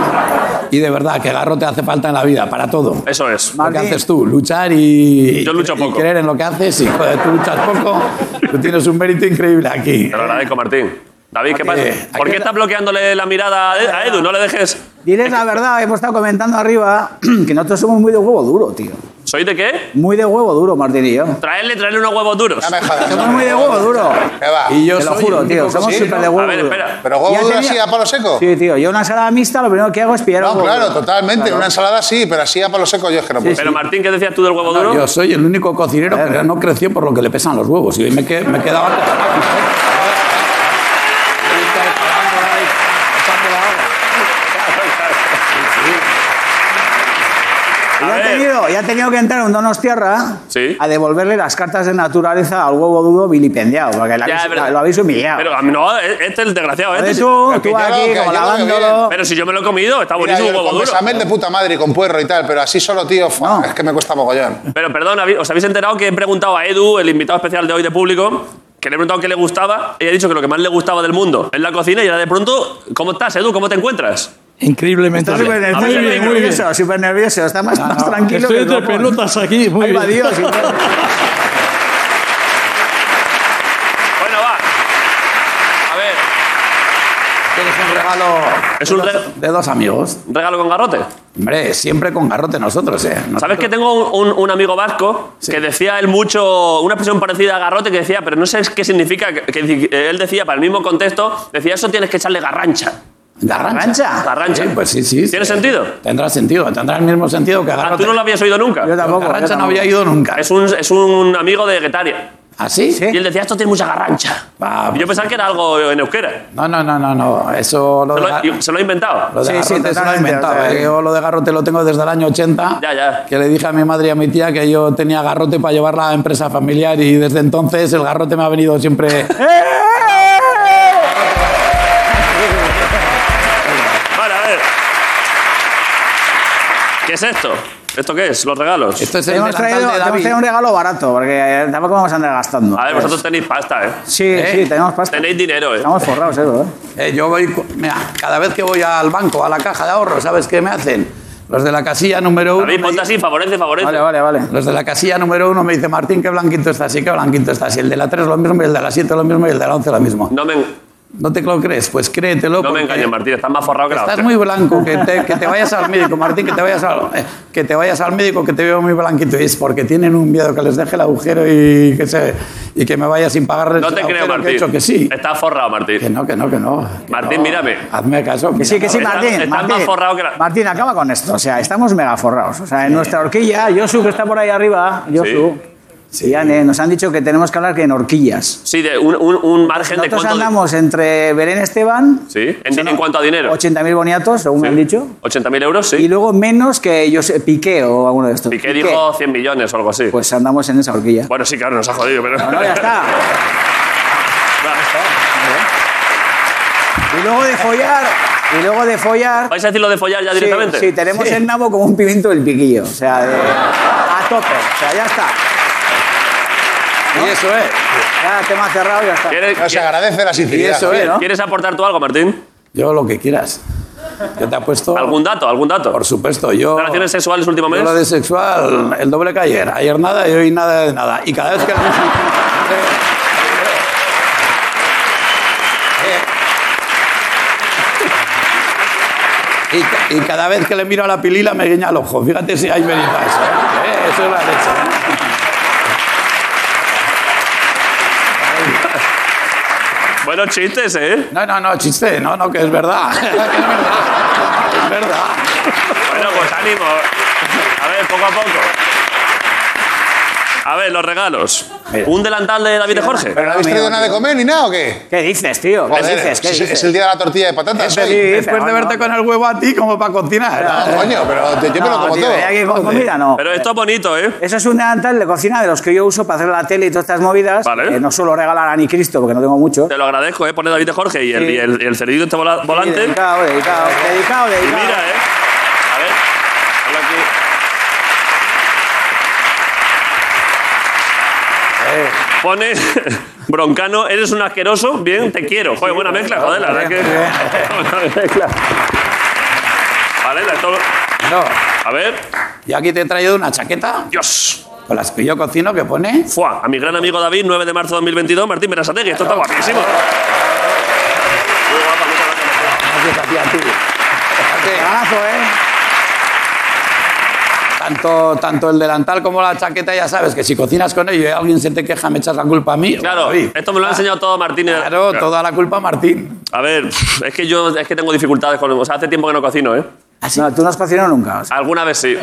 K: y de verdad, que el garrote hace falta en la vida, para todo.
A: Eso es.
K: Lo que haces tú, luchar y,
A: Yo lucho
K: y
A: poco.
K: creer en lo que haces. Y joder, tú luchas poco, tú tienes un mérito increíble aquí.
A: Te lo agradezco, Martín. David, ¿qué
K: Aquí-
A: pasa? ¿Por qué estás bloqueándole la mirada a Ed- a Edu? No le dejes...
K: Diles la verdad, hemos estado comentando arriba que nosotros somos muy de huevo duro, tío.
A: ¿Soy de qué?
K: Muy de huevo duro, Martín y yo.
A: Traerle, traerle unos huevos duros.
K: Somos muy de huevo duro.
E: ¿Qué va?
K: Y yo Te lo soy juro, el tío, único somos que sí, súper de ¿no? huevo
A: A ver,
K: duro.
A: espera.
E: Pero huevo
K: Ya
E: duro
K: tenía-
E: así a palo seco.
K: Sí, tío, yo una ensalada mixta lo primero que hago es pillar
E: No,
K: huevo
E: claro,
K: duro.
E: totalmente.
K: Claro.
E: Una ensalada sí, pero así a palo seco yo es que no puedo.
A: Pero Martín, ¿qué decías tú del huevo duro?
K: Ah, Yo soy el único cocinero que no creció por lo que le pesan los huevos. Y me, que- me quedaba.
A: A
K: Ya he,
A: ver.
K: tenido, ya he tenido que entrar un Donostierra
A: Sí.
K: a devolverle las cartas de naturaleza al huevo duro vilipendiado, porque la
A: Ya,
K: habéis-
A: es verdad.
K: la- lo habéis humillado.
A: Pero a mí no, e- este es el desgraciado, este.
K: Joder,
A: sí.
K: tú,
E: que
K: tú
E: yo lo-
K: aquí
E: que
K: como
E: yo lo que
K: lavándolo.
A: Pero si yo me lo he comido, está
E: Mira,
A: buenísimo
E: yo
A: un huevo
E: con
A: duro.
E: bechamel de puta madre y con puerro y tal, pero así solo, tío, fa, es que me cuesta mogollón.
A: Pero perdón, ¿habí- ¿os habéis enterado que he preguntado a Edu, el invitado especial de hoy de público, que le he preguntado qué le gustaba y ha dicho que lo que más le gustaba del mundo es la cocina y ahora de pronto, ¿cómo estás, Edu? ¿Cómo te encuentras?
P: Increíblemente
K: Está súper
A: A ver,
K: nervioso,
A: muy bien, muy
K: nervioso, súper nervioso. Está más, más tranquilo.
P: Estoy
K: que
P: entre
K: el Ramón.
P: pelotas aquí. Muy
K: Ahí va
P: bien.
K: Dios. y todo.
A: Bueno, va. A ver,
K: Tienes un regalo
A: es un re-
K: de dos amigos.
A: regalo con garrote.
K: Hombre, siempre con garrote nosotros, ¿eh? Nos-
A: ¿Sabes que tengo un, un- un amigo vasco que decía él mucho, una expresión parecida a garrote que decía, pero no sé qué significa, que, que él decía para el mismo contexto, decía, eso tienes que echarle garrancha.
K: ¿Garrancha?
A: Garrancha.
K: Sí, pues sí, sí.
A: ¿Tiene
K: sí.
A: sentido?
K: Tendrá sentido, tendrá el mismo sentido que
A: Ah,
K: garrote.
A: tú no lo habías oído nunca.
K: Yo tampoco.
A: Garrancha
K: yo
A: no
K: tampoco.
A: había
K: ido nunca.
A: Es un, es un amigo de Guetaria.
K: ¿Ah, sí?
A: Y él decía, esto tiene mucha garrancha.
K: Va, pues,
A: Y yo pensaba que era algo en euskera.
K: No, no, no, no, no. Eso lo
A: Se
K: de,
A: lo,
K: gar-
A: y- se lo he inventado.
K: lo de
A: Sí, sí,
K: garrote se lo he
A: totalmente,
K: inventado.
A: o sea,
K: ¿eh? Yo lo de garrote lo tengo desde el año 80.
A: Ya, ya.
K: Que le dije a mi madre y a mi tía que yo tenía garrote para llevar la empresa familiar y desde entonces el garrote me ha venido siempre.
A: Vale, a ver. ¿Qué es esto? ¿Esto qué es? ¿Los regalos?
K: Esto es
A: el
K: el
A: delantal
K: traído,
A: de
K: te hemos
A: David.
K: traído un regalo barato, porque eh, tampoco vamos a andar gastando.
A: A ver, vosotros tenéis pasta, ¿eh?
K: Sí, sí, tenemos pasta.
A: Tenéis dinero, ¿eh?
K: Pues- Estamos forrados, eh, bro. yo voy, cu- mira, cada vez que voy al banco, a la caja de ahorro, ¿sabes qué me hacen? Los de la casilla número uno.
A: David, ponte así, favorece, favorece.
K: Vale, vale, vale. Los de la casilla número uno me dicen, Martín, qué blanquito estás y qué blanquito estás. Y el de la 3 lo mismo, y el de la 7 lo mismo, y el de la 11 lo mismo.
A: No me,
K: ¿No te lo crees? Pues créetelo.
A: no me
K: porque
A: engañes, Martín, estás más forrado que la
K: Estás
A: hostia.
K: muy blanco, que te, que te vayas al médico, Martín, que te vayas al, eh, que te vayas al médico, que te veo muy blanquito. Y es porque tienen un miedo que les deje el agujero y que, se, y que me vaya sin pagarles
A: No
K: el
A: te creo,
K: agujero,
A: Martín.
K: Que he hecho que sí.
A: Estás forrado, Martín.
K: Que no, que no, que no. que
A: Martín,
K: no.
A: mírame.
K: Hazme caso.
I: Que sí, que sí,
A: Estás-
I: Martín.
A: estás
I: Martín.
A: más forrado que la...
K: Martín, acaba con esto. O sea, estamos mega forrados. O sea, en nuestra horquilla, Josu, que está por ahí arriba, Josu. Sí. Yane, nos han dicho que tenemos que hablar que en horquillas.
A: Sí, de un, un- un margen de
K: Nosotros
A: cuánto...
K: andamos entre Belén Esteban,
A: Sí, en, en cuanto a dinero.
K: 80.000 boniatos, según me han dicho,
A: 80.000 euros, sí.
K: y luego menos que yo sé, Piqué o alguno de estos.
A: Piqué dijo 100 millones o algo así.
K: Pues andamos en esa horquilla.
A: Bueno, sí, claro, nos ha jodido, pero...
K: No, ya está. Y luego de follar, y luego de follar...
A: ¿Vais a decir lo de follar ya
K: Sí,
A: directamente?
K: Sí, tenemos el nabo como un pimiento del piquillo. O sea, de- a tope. O sea, ya está. Y eso es. Ya, tema cerrado, ya está.
A: ¿Quieres,
E: No, se
A: quieres-
E: agradece la sinceridad.
K: eso es,
E: joder.
K: ¿no?
A: quieres aportar tú algo, Martín?
K: Yo lo que quieras. Yo te apuesto.
A: ¿Algún dato? ¿Algún dato?
K: Por supuesto, yo.
A: ¿Relaciones sexuales último mes?
K: Yo lo de sexual, el doble que ayer. Ayer nada y hoy nada de nada. Y cada vez que. Y ca- Eh, Y, cada vez que le miro a la pilila me guiña el ojo. Fíjate si hay mérito a eso. ¿eh? Eh, Eso es la leche. ¿eh?
A: Buenos chistes, ¿eh?
K: No, no, no, chiste. No, no, que es verdad. Que es verdad. Es verdad.
A: Bueno, pues ánimo. A ver, poco a poco. A ver, los regalos. Un delantal de David de Jorge.
E: ¿Pero no habéis traído nada de comer ni nada o qué?
I: ¿Qué dices, tío?
E: Joder, es- Es el día de la tortilla de patatas. ¿eh? hoy.
K: después de verte con el huevo a ti, como para cocinar.
E: No, coño, pero te- yo me lo como todo.
A: Joder.
P: comida no.
A: Pero esto es bonito, ¿eh?
P: Eso es un delantal de cocina de los que yo uso para hacer la tele y todas estas movidas. Que no suelo regalar a ni Cristo porque no tengo mucho.
A: Te lo agradezco, ¿eh? Pone David de Jorge y el,
P: Sí.
A: y el, y el cerdito este vola- volante.
P: dedicado, dedicado, dedicado,
A: Y
P: dedicado.
A: mira, ¿eh? A ver. ponlo aquí. Pone Broncano, eres un asqueroso, bien, te quiero. Joder, buena mezcla, joder, la verdad que. Buena mezcla. Vale, la esto- A ver.
K: Y aquí te he traído una chaqueta.
A: Dios.
K: Con las que yo cocino, que pone.
A: Fua, a mi gran amigo David, 9 de marzo de 2022, Martín Berasategui. Esto está guapísimo.
K: Gracias a ti, a ti. Regalazo, ¿eh? Tanto, tanto el delantal como la chaqueta, ya sabes que si cocinas con ello y alguien se te queja, me echas la culpa a mí. ah,
A: Claro, esto me lo ha enseñado todo Martín.
K: Claro, toda la culpa a Martín.
A: A ver, es que yo es que tengo dificultades con. O sea, hace tiempo que no cocino, ¿eh?
P: No, tú no has cocinado nunca. o sea.
A: Alguna vez sí.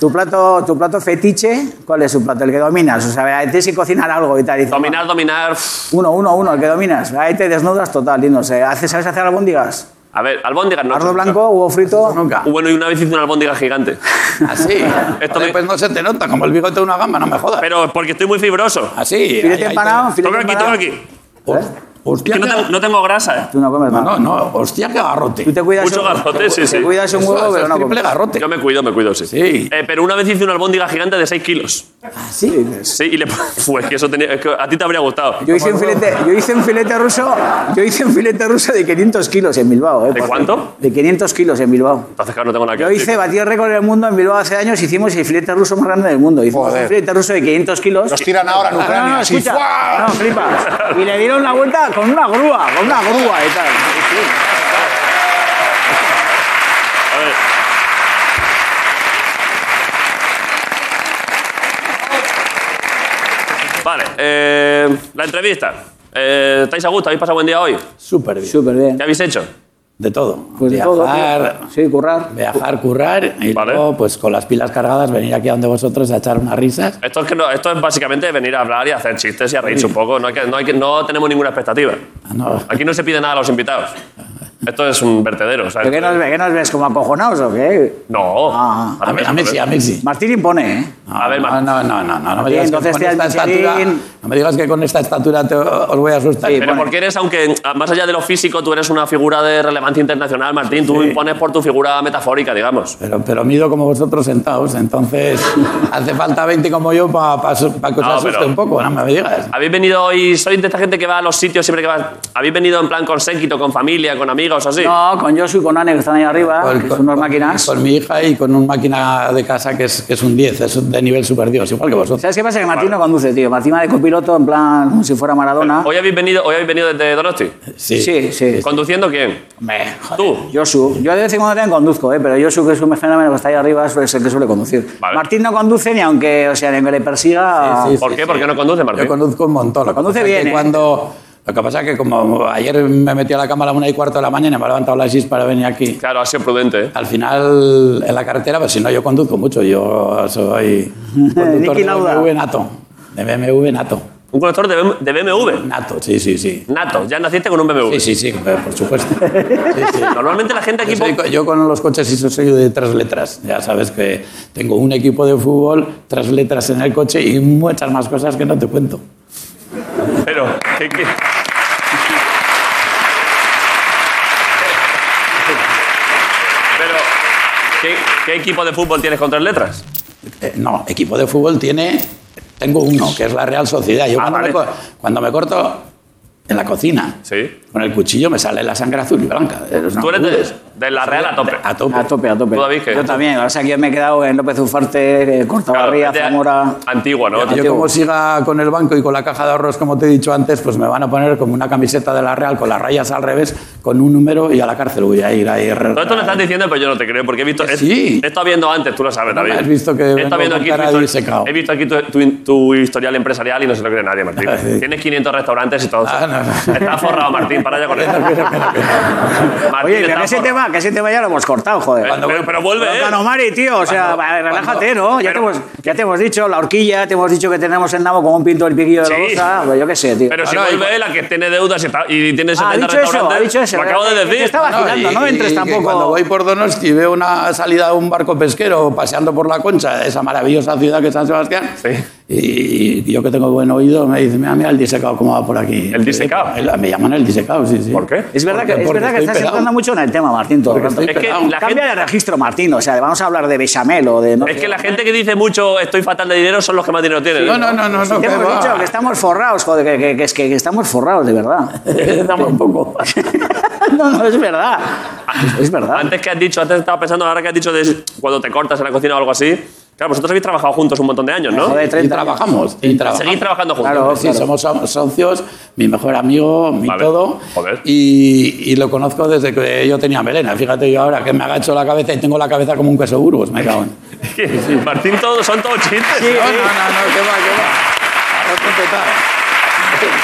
P: Tu plato, tu plato fetiche, ¿cuál es tu plato? El que dominas. O sea, tienes que cocinar algo y tal. y dices,
A: Dominar, dominar.
P: no, uno, uno, uno, el que dominas. Ahí te desnudas total, y no sé. ¿Haces- ¿Sabes hacer albóndigas?
A: A ver, albóndigas no.
P: Arroz blanco, huevo frito.
K: Nunca.
A: Bueno, y una vez hice una albóndiga gigante.
K: Así.
A: Esto me-
K: Pues no se te nota, como el bigote de una gamba, no me jodas.
A: Pero porque estoy muy fibroso.
K: Así. ahí- ahí te-
P: ¿Eh?
A: Toca aquí, toca aquí.
K: Hostia,
A: Que no, tengo, no tengo grasa, ¿eh?
P: Tú no comes
K: No, no, no, hostia, qué garrote. Tú
P: te cuidas
A: Mucho garrote, sí, sí.
K: Eso, eso es triple garrote.
A: Yo me cuido, me cuido, sí. Eh, pero una vez hice una albóndiga gigante de 6 kilos.
P: Sí.
A: Sí, y le. Pues que eso tenía. es que a ti te habría gustado.
P: Yo hice, un filete, yo hice un filete ruso, yo hice un filete ruso de 500 kilos en Bilbao. ¿eh?
A: ¿De cuánto?
P: De 500 kilos en Bilbao.
A: Entonces, claro, no tengo nada que
P: Yo
A: decir.
P: hice, batí el récord del mundo en Bilbao hace años, hicimos el filete ruso más grande del mundo. Hicimos
E: Joder.
P: un filete ruso de 500 kilos.
E: Los tiran ahora en
P: No, no,
E: Ucrania,
P: no,
E: así,
P: escucha.
E: ¡fua!
P: No, flipas. Y le dieron la vuelta con una grúa, con una grúa y tal.
A: A ver. Vale, eh, la entrevista. Eh, ¿Estáis a gusto? ¿Habéis pasado buen día hoy?
K: Súper bien.
P: Súper bien.
A: ¿Qué habéis hecho?
K: De todo.
P: Pues de todo,
K: Viajar,
P: tío. Sí, currar.
K: Viajar, currar y luego, pues con las pilas cargadas, venir aquí a donde vosotros a echar unas risas.
A: Esto es, que no- esto es básicamente venir a hablar y hacer chistes y a reírse un poco. No, hay que- no, hay que- no tenemos ninguna expectativa.
K: Ah,
A: Aquí no se pide nada a los invitados. Esto es un vertedero. o sea,
P: ¿Pero qué nos, ve- qué nos ves? ¿Como acojonados o qué?
A: No.
K: Ah, A mí- a mí sí, a mí sí.
P: Martín impone, ¿eh?
A: a ver,
K: no, no, no, no, no, no me
P: Martín,
K: digas que
P: entonces
K: con
P: te
K: esta
P: al
K: estatura,
P: Michelin.
K: no me digas que con esta estatura te- os voy a asustar.
A: Pero porque eres, aunque más allá de lo físico, tú eres una figura de relevancia internacional, Martín. Tú impones por tu figura metafórica, digamos.
K: Pero, pero mido como vosotros sentados, entonces hace falta 20 como yo para que os
A: No,
K: asuste
A: pero-
K: un poco, no me digas.
A: ¿Habéis venido hoy? ¿Sois de esta gente que va a los sitios siempre que va? ¿Habéis venido en plan con séquito, con familia, con amigos o así?
P: No, con Josu y con Anne que están ahí arriba,
A: Ah,
P: que son unas máquinas.
K: Con mi hija y con una máquina de casa que es, que es un 10, es de nivel super dios, igual que vosotros.
P: ¿Sabes qué pasa? Que Martín no conduce, tío. Martín va de copiloto en plan como si fuera Maradona.
A: ¿Hoy habéis venido, hoy habéis venido desde Donosti?
P: Sí. Sí, sí.
A: ¿Conduciendo quién? ¿Tú?
P: Josu. Yo de vez en cuando también conduzco, ¿eh? pero Josu, que es un fenómeno que está ahí arriba, es el que suele conducir. Martín no conduce ni aunque, o sea, ni aunque le persiga.
K: Sí, sí, ¿Por sí,
A: qué? ¿Por qué no conduce, Martín?
K: Yo conduzco un montón. Lo que
P: Conduce
K: pasa es que
P: bien, ¿eh?
K: Cuando, lo que pasa es que como ayer me metí a la cama a la una y cuarto de la mañana, me he levantado a las 6 para venir aquí.
A: Claro, ha sido prudente. ¿eh?
K: Al final, en la carretera, pues si no, yo conduzco mucho. Yo soy conductor
A: Niki
K: de
A: Lauda.
K: BMW nato. De BMW nato.
A: Un conductor de, BM- de BMW.
K: Nato, sí, sí, sí.
A: Nato, ya naciste con un BMW.
K: Sí, sí, sí, por supuesto.
A: Normalmente la gente aquí...
K: Yo, soy co- yo con los coches sí soy de tres letras. Ya sabes que tengo un equipo de fútbol, tres letras en el coche y muchas más cosas que no te cuento.
A: Pero, ¿qué, qué? Pero, ¿qué, qué equipo de fútbol tienes con tres letras?
K: Eh, no, equipo de fútbol tiene. Tengo uno, que es la Real Sociedad.
A: Ah,
K: Yo cuando, me, co- cuando me corto en la cocina con el cuchillo me sale la sangre azul y blanca. Es una
A: Tú eres
K: locura.
A: de, de la Real a tope.
K: A tope.
P: A tope, a tope.
A: ¿Tú, David, qué?
P: Yo también, o sea, que yo me he quedado en López Ufarte, eh, Cortabarría,
A: Vete a-
P: Zamora.
A: Antigua, ¿no?
K: Yo como siga con el banco y con la caja de ahorros, como te he dicho antes, pues me van a poner como una camiseta de la Real con las rayas al revés, con un número y a la cárcel voy a ir ahí. re-
A: Todo esto lo estás diciendo, pero yo no te creo, porque he visto. he- He estado viendo antes, tú lo sabes, David.
K: has visto que
A: he
K: vengo
A: estado viendo
K: con
A: aquí,
K: cara
A: tu,
K: de
A: histori-
K: disecado.
A: he visto aquí tu, tu-
P: Ah,
A: tu historial empresarial y no se lo cree nadie, Martín. Tienes 500 restaurantes y todo. Estás forrado, Martín. para ya con esto. Martín,
P: Oye, pero que
A: estamos-
P: ese, tema, que ese tema ya lo hemos cortado, joder.
A: Pero- pero- pero vuelve, ¿eh?
P: Canomari, tío, o sea, va, relájate, ¿no? Ya, te hemos, ya te hemos dicho, la horquilla, te hemos dicho que tenemos el nabo como un pinto del piquillo de la
A: Sí.
P: losa, pues yo qué sé, tío.
A: Pero si
P: Ah, no,
A: vuelve la que tiene deudas y, está- y tiene
P: Ah,
A: 70
P: ha dicho eso,
A: restaurantes.
P: ha dicho eso,
A: Lo acabo de
P: que- que
A: decir.
P: está vacilando, no entres
K: que
P: tampoco.
K: Cuando voy por Donosti y veo una salida de un barco pesquero paseando por la concha de esa maravillosa ciudad que es San Sebastián. Y yo que tengo buen oído me dice, mira, mira el disecado cómo va por aquí. ¿El disecado? Me llaman el disecado, sí, sí. ¿Por qué?
P: Es verdad, que, es verdad que estás entrando mucho en el tema, Martín, todo el
K: Porque
P: rato.
K: estoy Es que pelado. la
P: Cambia de registro, Martín, o sea, vamos a hablar de bechamel o de... no
A: Es
P: sé.
A: que la gente que dice mucho estoy fatal de dinero son los que más dinero tienen.
P: Sí, ¿Qué hemos dicho? Que estamos forrados, joder, que, que- que es que, que estamos forrados, de verdad.
K: Estamos un poco.
P: no, no, es verdad. Es verdad.
A: Antes que has dicho, antes estaba pensando, ahora que has dicho de cuando te cortas en la cocina o algo así. Claro, vosotros habéis trabajado juntos un montón de años, ¿no?
K: Joder, 30 trabajamos. Y trabajamos.
A: Seguís trabajando juntos.
K: Claro, sí, somos so- socios, mi mejor amigo, mi todo. Y, y lo conozco desde que yo tenía melena. Fíjate yo ahora que me agacho la cabeza y tengo la cabeza como un queso burgos, me cago en.
A: Martín, todo, son todos chistes.
K: no, no, no, qué va, qué va. Arroz con total.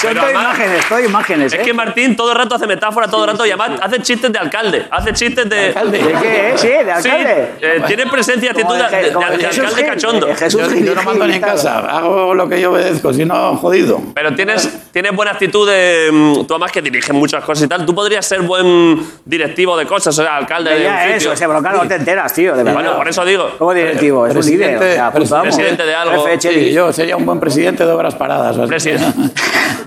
A: Son
P: todo imágenes, todo imágenes. ¿eh?
A: Es que Martín todo el rato hace metáfora, todo el rato, y además hace chistes de alcalde. Hace chistes de.
K: ¿Alcalde? ¿De qué, eh? Sí, de alcalde.
A: eh, tiene presencia, actitud de, de- de- de alcalde cachondo.
K: yo, yo no mando ni en casa, hago lo que yo obedezco, si no, jodido.
A: Pero tienes, tienes buena actitud de. mm, Tú además que diriges muchas cosas y tal. Tú podrías ser buen directivo de cosas, o sea, alcalde de un
P: Ya
A: sitio.
P: eso, ese brocal no te enteras, tío, de verdad.
A: Bueno, por eso digo.
P: Como directivo, es un líder. O sea, pues vamos.
A: presidente de algo.
P: Jefe,
K: Sí,
P: Chelis.
K: yo sería un buen presidente de obras paradas. o así.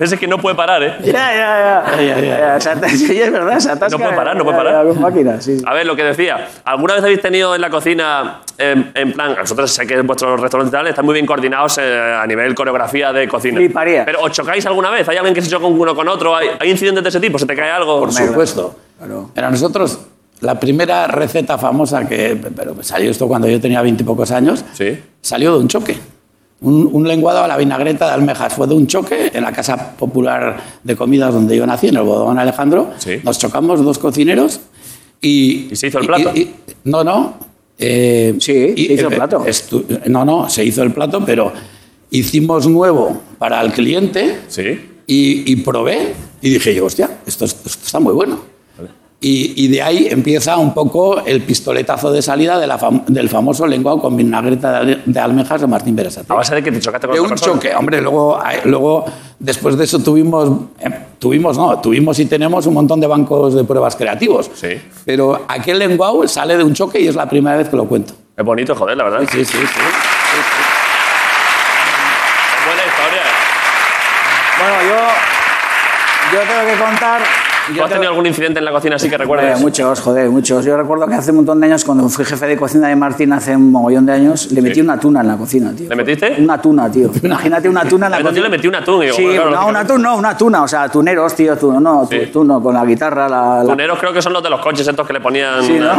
A: Ese que no puede parar, ¿eh?
P: Ya, ya, ya.
K: Ya, ya, ya.
P: Ya, se atasca- sí, es verdad, se atasca.
A: No puede parar, no puede
P: Ya,
A: parar.
P: ya, con máquina, sí, sí.
A: A ver, lo que decía, ¿alguna vez habéis tenido en la cocina, en, en plan, vosotros sé que vuestros restaurantes y tal están muy bien coordinados eh, a nivel coreografía de cocina?
P: Fliparía.
A: Pero ¿os chocáis alguna vez? ¿Hay alguien que se choca uno con otro? ¿Hay, hay incidentes de ese tipo? ¿Se te cae algo?
K: Por supuesto. Pero a nosotros, la primera receta famosa que pero salió esto cuando yo tenía veintipocos años, salió de un choque. Un, un lenguado a la vinagreta de almejas. Fue de un choque en la casa popular de comidas donde yo nací, en el Bodón Alejandro. Nos chocamos dos cocineros y. ¿Y se hizo el plato? no, no. eh, sí, se hizo el plato. No, no, se hizo el plato, pero hicimos nuevo para el cliente. Y, y probé y dije yo, hostia, esto, es- esto está muy bueno. Y, y de ahí empieza un poco el pistoletazo de salida de la fam- del famoso lenguado con vinagreta de, ale- de almejas de Martín Berasategui.
A: Ah, A base de que te chocaste con
K: De
A: otra
K: un
A: persona.
K: choque, hombre, luego, eh, luego después de eso tuvimos, eh, tuvimos, no, tuvimos y tenemos un montón de bancos de pruebas creativos. Pero aquel lenguado sale de un choque y es la primera vez que lo cuento.
A: Es bonito, joder, la verdad.
K: Sí, sí, sí.
A: Buena historia. Ah.
P: Bueno, yo, yo tengo que contar.
A: ¿Tú has tenido algún incidente en la cocina así que
P: Joder,
A: recuerdes?
P: muchos, joder, muchos. Yo recuerdo que hace un montón de años, cuando fui jefe de cocina de Martín, hace un mogollón de años, le metí una tuna en la cocina, tío.
A: ¿Le metiste?
P: Una tuna, tío. Imagínate una tuna en la
A: Pero
P: cocina.
A: yo le metí un atún. y digo,
P: Sí,
A: bueno, claro,
P: no, una tuna, no, una tuna, o sea, tuneros, tío, tú no, tú, tú no, con la guitarra, la, la-
A: Tuneros creo que son los de los coches estos que le ponían...
P: Sí, ¿no?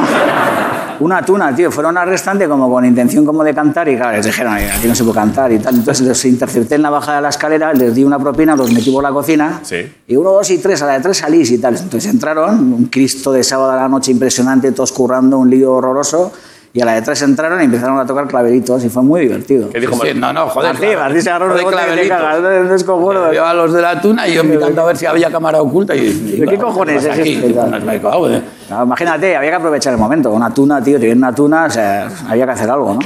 P: una tuna, tío, fueron arrestantes como con intención como de cantar y claro, les dijeron, "Oye, aquí no se puede cantar y tal, entonces los intercepté en la bajada de la escalera, les di una propina, los metí por la cocina
A: Sí.
P: y uno, dos y tres, a la de tres salís y tal, entonces entraron, un Cristo de sábado a la noche impresionante, todos currando, un lío horroroso. Y a la de tres entraron y empezaron a tocar claveritos y fue muy divertido. ¿Qué
K: Sí, sí, no, no, joder.
P: Martí, Martí se agarró un
K: joder,
P: rebote que te
K: claveritos.
P: cagas, no, no es cojones.
K: Yo a los de la tuna y yo mirando a ver si había cámara oculta. Y,
P: ¿De qué cojones es este,
K: aquí?
P: esto? y tal?
K: No es Michael Agude.
P: Claro, imagínate, había que aprovechar el momento. Una tuna, tío, te viene una tuna, o sea, había que hacer algo, ¿no?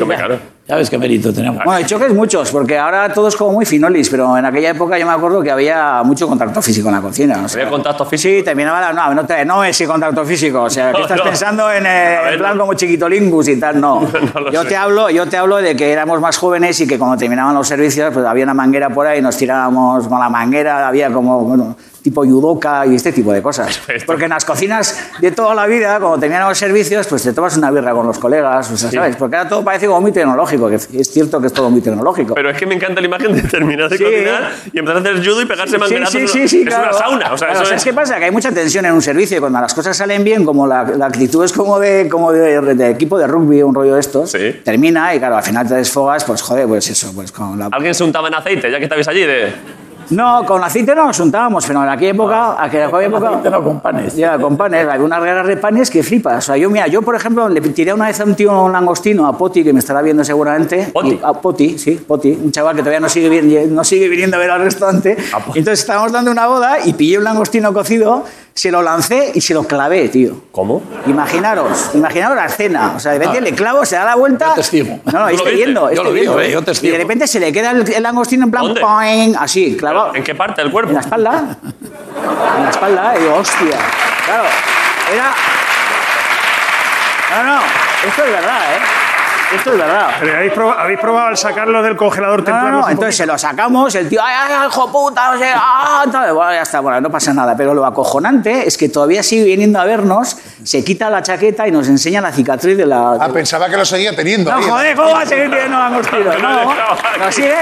K: Ya ves qué mérito tenemos.
P: Bueno, hay choques muchos, porque ahora todos como muy finolis, pero en aquella época yo me acuerdo que había mucho contacto físico en la cocina. o sea.
A: Había contacto físico.
P: Sí, terminaba la. No, no, te- no es ese contacto físico. O sea, que
A: No,
P: estás
A: no.
P: pensando en, eh,
A: A ver,
P: en plan como chiquitolingus y tal, no.
A: lo
P: yo,
A: sé.
P: te hablo, yo te hablo de que éramos más jóvenes y que cuando terminaban los servicios, pues había una manguera por ahí, nos tirábamos con la manguera, había como. bueno, tipo yudoka y este tipo de cosas. Porque en las cocinas de toda la vida, cuando terminan los servicios, pues te tomas una birra con los colegas, o sea, ¿sabes? Porque ahora todo parece como muy tecnológico, que es cierto que es todo muy tecnológico.
A: Pero es que me encanta la imagen de terminar de
P: Sí.
A: cocinar y empezar a hacer judo y pegarse manguerazos.
P: Sí, sí, sí, sí,
A: es
P: claro.
A: una sauna. O sea,
P: Claro,
A: eso
P: ¿sabes
A: es...
P: qué pasa? Que hay mucha tensión en un servicio y cuando las cosas salen bien, como la, la actitud es como de, como de, de equipo de rugby, un rollo de estos, termina y claro, al final te desfogas, pues joder, pues eso, pues con la...
A: Ah. Alguien se untaba en aceite, ya que estabais allí. De...
P: No, con aceite no nos untábamos, pero en aquella época,
A: Ah.
P: aquella época.
K: no, con panes.
P: Ya, con panes. Había unas regalas de panes que flipas. O sea, yo, mira, yo, por ejemplo, le tiré una vez a un tío un langostino, a Poti, que me estará viendo seguramente. ¿Poti? a Poti, sí, Poti. Un chaval que todavía no sigue, vi- no sigue viniendo a ver al restaurante. Entonces estábamos dando una boda y pillé un langostino cocido, se lo lancé y se lo clavé, tío.
A: ¿Cómo?
P: Imaginaros, imaginaros la escena. O sea, de repente
K: Ah.
P: le clavo, se da la vuelta. No, no,
K: Tú lo
P: estoy
K: viste.
P: viendo.
K: Yo
P: estoy
K: lo vi,
P: viendo.
K: eh, yo
P: Y de repente se le queda el, el langostino en plan
A: ¿Dónde?
P: poing, así, clavado.
A: ¿En qué parte del cuerpo?
P: En la espalda. En la espalda, y digo, hostia. Claro, era. No, no, esto es verdad, ¿eh? Esto es verdad.
G: ¿Habéis probado, habéis probado al sacarlo del congelador
P: No, no,
G: temprano?
P: no, entonces se lo sacamos, el tío, ¡ay, ay, ay, hijo puta! No sé, ¡ah! tal, bueno, ya está, bueno, no pasa nada. Pero lo acojonante es que todavía sigue viniendo a vernos, se quita la chaqueta y nos enseña la cicatriz de la. Ah,
E: pensaba que lo seguía teniendo.
P: No,
E: ahí.
P: joder, ¿cómo va a seguir teniendo langostino? No, nos sigue.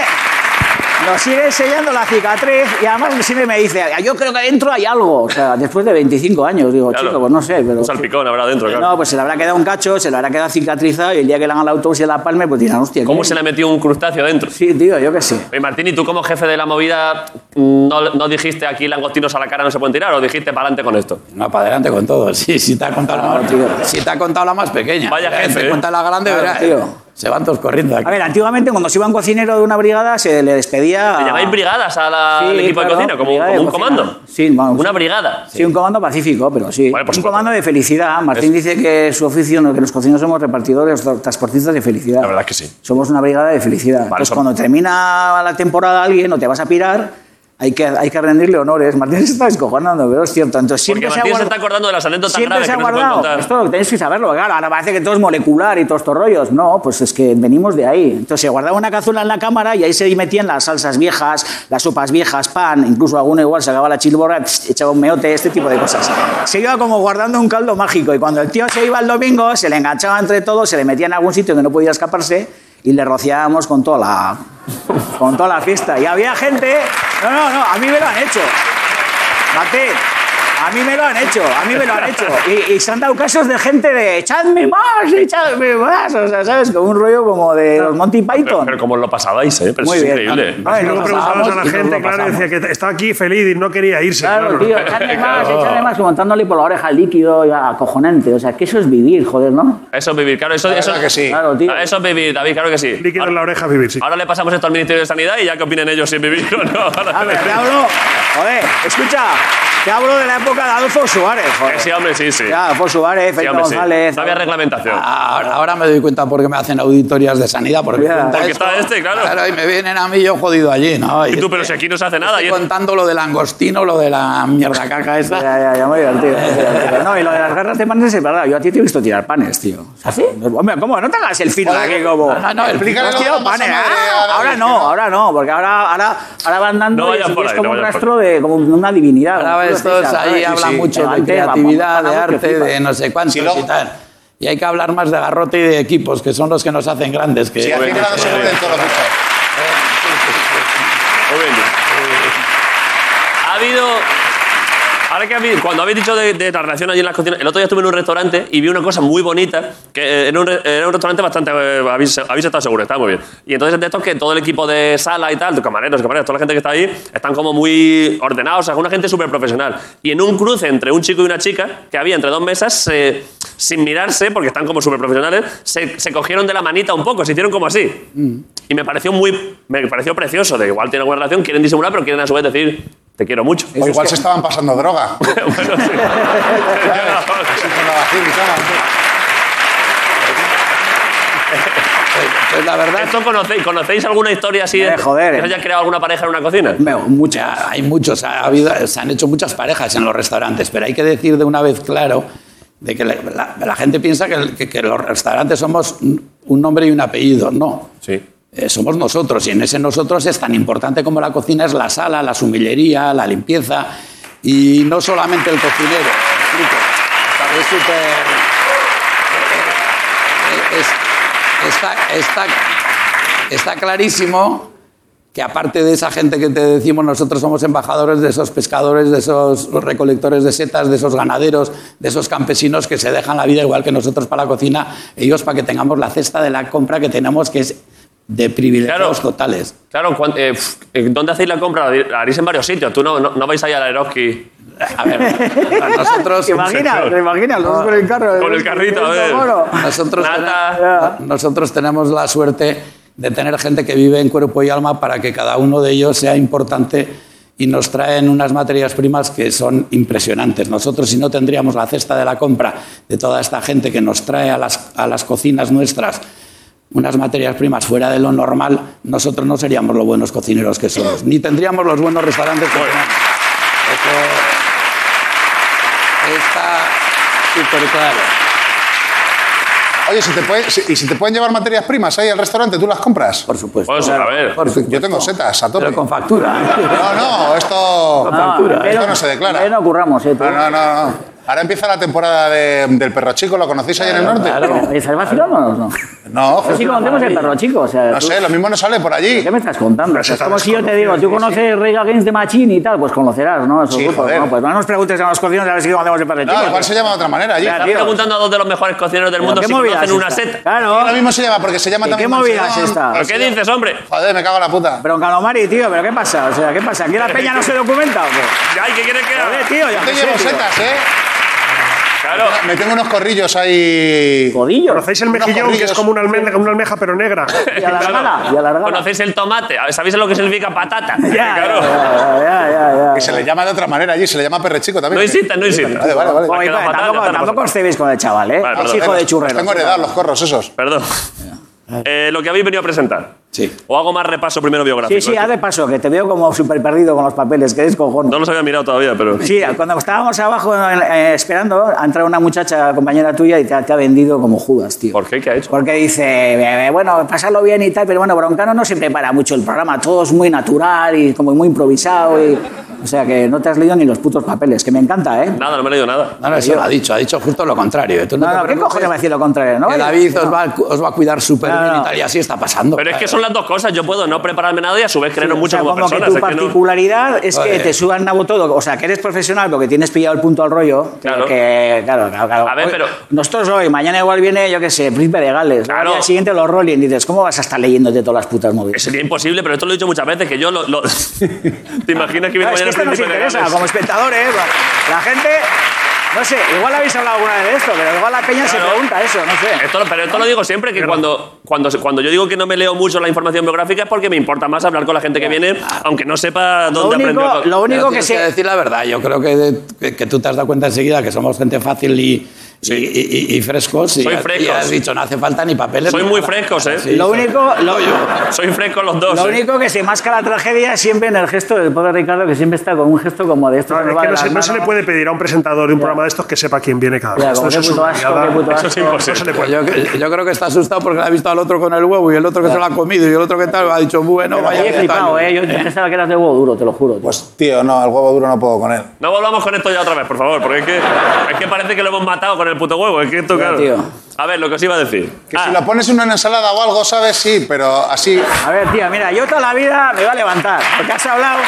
P: Nos sigue enseñando la cicatriz y además siempre me dice, yo creo que dentro hay algo. O sea, después de 25 años, digo,
A: Claro.
P: chico, pues no sé, pero...
A: Un salpicón habrá dentro, claro.
P: No, pues se le habrá quedado un cacho, se le habrá quedado cicatrizado y el día que le hagan la autopsia de la palma, pues dirán, hostia.
A: ¿Cómo se le metió un crustáceo dentro?
P: Sí, tío, yo qué sé.
A: Oye, Martín, ¿y tú como jefe de la movida no, no dijiste aquí langostinos a la cara no se pueden tirar o dijiste para adelante con esto?
K: No, para adelante con todo. Sí, si te ha contado
P: Ah,
K: la más, si te ha contado la más pequeña.
A: Vaya
K: Ya,
A: jefe,
K: Te
A: ¿eh?
K: cuenta la grande,
P: Claro,
K: verás,
P: tío.
K: Se van todos corriendo de aquí.
P: A ver, antiguamente cuando se iba un cocinero de una brigada se le despedía...
A: ¿Le llamáis brigadas a la- al equipo de cocina? ¿Como,
P: Ah. brigada
A: como
P: de
A: un
P: cocina.
A: comando?
P: Sí, vamos.
A: ¿Una brigada?
P: Sí, un comando pacífico, pero sí. un comando de felicidad. Martín dice que su oficio, no, que los cocineros somos repartidores, tra- transportistas de felicidad. La verdad
A: que sí.
P: Somos una brigada de felicidad. Entonces,
A: son-
P: cuando termina la temporada alguien o te vas a pirar, hay que, hay que rendirle honores. Martín se está descojonando, pero es cierto. Entonces,
A: Porque
P: siempre se
A: Martín
P: ha
A: se
P: guardado...
A: está acordando de las anécdotas
P: Siempre
A: graves que
P: se
A: no
P: ha
A: se pueden
P: guardado.
A: contar.
P: Esto tenéis que saberlo, claro. Ahora parece que todo es molecular y todos estos rollos. No, pues es que venimos de ahí. Entonces se guardaba una cazuela en la cámara y ahí se metían las salsas viejas, las sopas viejas, pan, incluso alguno igual sacaba la chilborra, tss, echaba un meote, este tipo de cosas. Se iba como guardando un caldo mágico y cuando el tío se iba el domingo, se le enganchaba entre todos, se le metía en algún sitio que no podía escaparse y le rociábamos con toda la, con toda la fiesta. Y había gente... No, no, no, a mí me lo han hecho. Martín, a mí me lo han hecho, a mí me lo han hecho. Y, y se han dado casos de gente de echadme más, echadme más. O sea, ¿sabes? Como un rollo como de los Monty Python.
A: Pero como lo pasabais, ¿eh? Pero
P: Muy
A: es
P: bien.
A: increíble.
P: Ay,
G: Luego
P: nos
G: preguntabas a
P: pasábamos
G: la
P: y nos
G: gente,
P: lo
G: claro, y
P: pasamos.
G: decía que está aquí feliz y no quería irse.
P: Claro, tío, echadme más, echadme más, como montándole por la oreja el líquido, ya, acojonante. O sea, que eso es vivir, joder, ¿no?
A: Eso es vivir, claro. Eso,
P: La
A: eso,
P: verdad que sí. Claro, tío.
A: Ah, Eso es vivir, David, claro que sí. Líquido en la oreja vivir, sí. Ahora le pasamos esto al Ministerio de Sanidad y ya que opinen ellos si es vivir o no.
P: A ver, te hablo, joder, escucha, te hablo de la época de Adolfo Suárez, joder.
A: Sí, hombre, sí, sí.
P: Ya, Adolfo Suárez,
A: Sí,
P: Felipe
A: hombre, sí.
P: González.
A: No había reglamentación.
P: Ah,
K: Ahora, ahora me doy cuenta por qué me hacen auditorias de sanidad. Porque,
P: Ya.
K: cuenta
A: Porque
K: esto,
A: está este, claro.
K: claro, y me vienen a mí yo jodido allí, ¿no?
P: este,
A: Y tú, pero si aquí no se hace nada.
K: Estoy
A: y-
K: contando lo del angostino, lo de la mierda caca esa.
P: Ya, ya, ya, muy divertido. muy divertido. No, y lo de las garras de panes es verdad. Yo a ti te he visto tirar panes, tío. ¿Así? Hombre, ¿cómo? No te hagas el fino aquí, como.
K: ¿Ah, No, no, eh, explícale
P: Has
K: lo de
P: tirado
K: la masa
P: panes.
K: madre
P: Ah,
K: a la
P: ahora
K: vez,
P: no,
K: ¿no?
P: ahora no, porque ahora, ahora, ahora van dando
A: No
P: y
A: vayas
P: es
A: por ahí,
P: como
A: no
P: un
A: vayas
P: rastro de como una divinidad.
K: Ahora
P: una
K: estos
P: cosa,
K: ahí
P: ¿sabes?
K: hablan
P: Sí, sí.
K: mucho de
P: Levante,
K: creatividad,
P: vamos,
K: de
P: vamos, que
K: arte, de
P: flipas.
K: no sé cuántos
P: Si no-
K: y tal. Y hay que hablar más de garrote y de equipos, que son los que nos hacen grandes. Que, pues,
E: Sí, al final no se vuelven todos los bichos.
A: Muy bien. Ha habido. Ahora que ha habido- cuando habéis dicho de, de la relación allí en las cocinas, el otro día estuve en un restaurante y vi una cosa muy bonita, que eh, era un, re- era un restaurante bastante, eh, habéis, habéis estado seguros, está muy bien. Y entonces de estos que todo el equipo de sala y tal, de camareros, camareros, toda la gente que está ahí, están como muy ordenados, o sea, una gente súper profesional. Y en un cruce entre un chico y una chica, que había entre dos mesas, se- sin mirarse, porque están como súper profesionales, se, se cogieron de la manita un poco, se hicieron como así. Y me pareció muy. Me pareció precioso. De igual tienen alguna relación, quieren disimular, pero quieren a su vez decir, te quiero mucho.
E: O Pues igual se estaban pasando droga.
K: Pues la verdad.
A: ¿Esto conocéis, conocéis alguna historia así
K: Eh,
A: de.
K: joder.
A: Que os haya creado alguna pareja en una cocina?
K: muchas. Hay muchos. Ha habido- se han hecho muchas parejas en los restaurantes, pero hay que decir de una vez claro de que la, la- la gente piensa que, que- que los restaurantes somos un un nombre y un apellido. No. Eh, somos nosotros y en ese nosotros es tan importante como la cocina es la sala, la sumillería, la limpieza y no solamente el cocinero. ¿me explico? Es súper- eh, es- está, está, está clarísimo que aparte de esa gente que te decimos, nosotros somos embajadores de esos pescadores, de esos recolectores de setas, de esos ganaderos, de esos campesinos que se dejan la vida igual que nosotros para la cocina, ellos para que tengamos la cesta de la compra que tenemos, que es de privilegios totales.
A: Claro, cuan- eh, pf, eh, ¿dónde hacéis la compra? La haréis en varios sitios. Tú no, no, no vais ahí al Aeroski. A ver, a nosotros.
P: ¿Te imaginas? ¿Te imaginas?
K: Ah.
P: Los dos con el carro.
A: Con el carrito, a ver.
K: Nosotros, tenemos, nosotros tenemos la suerte de tener gente que vive en cuerpo y alma para que cada uno de ellos sea importante y nos traen unas materias primas que son impresionantes. Nosotros si no tendríamos la cesta de la compra de toda esta gente que nos trae a las, a las cocinas nuestras unas materias primas fuera de lo normal, nosotros no seríamos los buenos cocineros que somos, ni tendríamos los buenos restaurantes
E: Pues,
K: que tenemos. Eso está súper claro.
E: Oye, si te puede- si- ¿y si te pueden llevar materias primas ahí al restaurante, tú las compras? Por
K: supuesto.
A: Pues, a ver.
E: Yo tengo setas a tope. Pero con
K: factura. ¿eh?
E: No, no, esto, Ah,
P: Con factura, ¿eh?
E: esto no se declara.
P: no curramos, eh.
E: No, no, no. no. Ahora empieza la temporada de- del perro chico, ¿lo conocéis ahí en el norte?
P: ¿Estás vacilando o no?
E: No,
P: Pero sí conocemos el perro chico. O sea,
E: No
P: tú-
E: sé, lo mismo no sale por allí.
P: ¿Qué me estás contando? O sea, es
E: está
P: como si yo te digo, tú conoces Rage Against the Machine y tal, pues conocerás, ¿no? Esos
E: Sí,
P: grupos,
E: joder.
P: ¿no? Pues no nos preguntes a los cocineros a ver si conocemos el perro chico.
E: No, igual se llama de otra manera allí.
A: Estás preguntando a dos de los mejores cocineros del
E: Pero
A: mundo
E: ¿qué
A: si
E: movida
A: conocen
E: es
A: una
E: esta?
A: seta.
P: Claro.
E: Ahora mismo se llama porque se llama
P: ¿Y
E: también
P: qué movida
E: Mansión.
P: es esta?
A: ¿Pero qué dices, hombre?
E: Joder, me cago en la puta.
P: Broncalomari, tío, ¿pero qué pasa? O sea, ¿qué pasa? ¿Aquí la peña no se documenta o qué?
A: Ya, ¿y qué quieres que haga?
P: Joder, tío,
E: Yo
P: ya
E: te
P: que sé,
E: llevo
P: tío.
E: setas, ¿eh?
A: Claro.
E: Me tengo unos corrillos ahí.
P: ¿Codillos?
G: ¿Conocéis el mejillón, que es como una almeja, una almeja pero negra?
P: Y alargada, y alargada.
A: ¿Conocéis el tomate? ¿Sabéis lo que significa patata?
P: Ya,
A: claro.
P: ya, ya, ya,
E: Que
P: ya.
E: se le llama de otra manera allí, se le llama perre chico también.
A: No insistas, no insistas.
E: Vale, vale, vale.
A: Ha
P: Oye,
A: quedado
P: pero
A: fatal,
P: tampoco,
A: ya está.
P: tampoco os cebéis con el chaval, ¿eh?
A: Vale,
P: es
A: perdón.
P: hijo de churrero.
E: Los tengo heredados, los corros esos.
A: Perdón. Eh, lo que habéis venido a presentar.
K: Sí.
A: O hago más repaso primero biográfico.
P: Sí, sí, haz de paso, que te veo como súper perdido con los papeles, que eres cojón.
A: No los había mirado todavía, pero.
P: Sí, cuando estábamos abajo eh, esperando, ha entrado una muchacha, compañera tuya, y te, ha- te ha vendido como Judas, tío.
A: ¿Por qué? ¿Qué ha hecho?
P: Porque dice, eh, bueno, pasarlo bien y tal, pero bueno, Broncano no se prepara mucho el programa, todo es muy natural y como muy improvisado. y- o sea, que no te has leído ni los putos papeles, que me encanta, ¿eh?
A: Nada, no me he leído nada.
K: No, no, eso lo ha dicho, ha dicho justo lo contrario. Tú no
P: No,
K: te
P: no, ¿qué
K: preocupes,
P: cojones va a decir lo contrario, no?
K: que David os va, a cu- os va a cuidar súper
P: No,
K: bien
P: no.
K: y tal, y así está pasando.
A: Pero es que
K: claro.
A: son las dos cosas. Yo puedo no prepararme nada y a su vez creernos
P: O
A: mucho
P: sea,
A: como,
P: como
A: personas.
P: que tu
A: es que no-
P: particularidad es que
A: Joder.
P: te suban nabo todo. O sea, que eres profesional porque tienes pillado el punto al rollo.
A: Claro.
P: Que, claro, claro, claro.
A: A ver,
P: Hoy-
A: pero-
P: Nosotros hoy, mañana igual viene, yo qué sé, Príncipe de Gales. Al día siguiente los Rolling. Dices, ¿cómo vas a estar leyéndote todas las putas movidas?
A: Sería imposible, pero esto lo he dicho muchas veces, que yo lo... lo- ¿Te imaginas que viene
P: Claro,
A: mañana
P: es que esto
A: el
P: nos
A: príncipe de
P: interesa
A: Gales?
P: como espectadores. ¿eh? La gente, no sé, igual habéis hablado alguna vez de esto, pero igual la peña se
A: Claro.
P: pregunta eso, no sé.
A: Esto lo- pero esto lo digo siempre, que cuando, cuando, cuando yo digo que no me leo mucho la información biográfica es porque me importa más hablar con la gente que viene, aunque no sepa dónde aprendió... co-
K: Pero tienes que decir la verdad, yo creo que, que, que tú te has dado cuenta enseguida que somos gente fácil y, y, y- y frescos. Y,
A: Soy
K: has- y
A: frescos.
K: has dicho, no hace falta ni papeles.
A: Soy
K: ni
A: muy
K: nada".
A: frescos, ¿eh?
K: Sí,
P: Lo
K: sí.
P: único, lo,
A: Soy fresco los dos.
P: lo
A: ¿eh?
P: único que se masca la tragedia siempre en el gesto del pobre Ricardo, que siempre está con un gesto como de esto.
G: No,
P: nos
G: es
P: va
G: que
P: de
G: no se,
P: las
G: no se le
P: manos.
G: puede pedir a un presentador de un programa de estos que sepa quién viene cada
P: Ya,
G: vez.
P: como qué puto asco, qué puto
G: Eso es
P: asco.
G: imposible. No se le puede.
K: pues Yo, yo creo que está asustado porque le ha visto al otro con el huevo y el otro que se lo ha comido y el otro que tal ha dicho, bueno,
P: Pero
K: vaya.
P: ahí he
K: que
P: flipado,
K: tal".
P: ¿eh? Yo yo pensaba que eras de huevo duro, te lo juro. tío.
E: Pues, Tío, no, el huevo duro no puedo con él.
A: No volvamos con esto ya otra vez, por favor, porque es que, es que parece que lo hemos matado con el puto huevo. Es que esto, claro.
P: tío.
A: A ver, lo que os iba a decir.
E: Que si lo pones en una ensalada o algo, ¿sabes? Sí, pero así.
P: A ver, tío, mira, yo toda la vida me va a levantar, porque has hablado,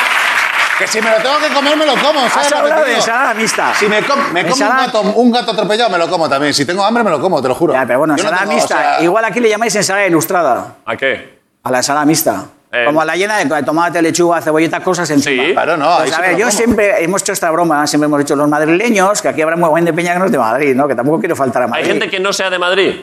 E: Que si me lo tengo que comer, me lo como, ¿sabes?
P: has
E: lo que te
P: hablado Ah, de
E: digo?
P: ensalada mixta.
E: Si me, com- me como un
P: Ensalada-
E: gato, un gato atropellado, me lo como también. Si tengo hambre, me lo como, te lo juro.
P: Ya, pero bueno,
E: Yo no
P: ensalada
E: tengo, o
P: mixta.
E: sea,
P: Igual aquí le llamáis ensalada ilustrada,
A: ¿A qué?
P: a la ensalada mixta.
A: Eh.
P: Como a la llena de tomate, lechuga, cebollita, cosas encima.
E: Claro, no, ahí
P: Pues
E: sí
P: a
E: te
P: ver,
E: lo
P: yo
E: como.
P: siempre hemos hecho esta broma, siempre hemos dicho los madrileños, que aquí habrá muy buen de peña que no es de Madrid, ¿no? Que tampoco quiero faltar a
A: Hay
P: Madrid.
A: gente que no sea de Madrid.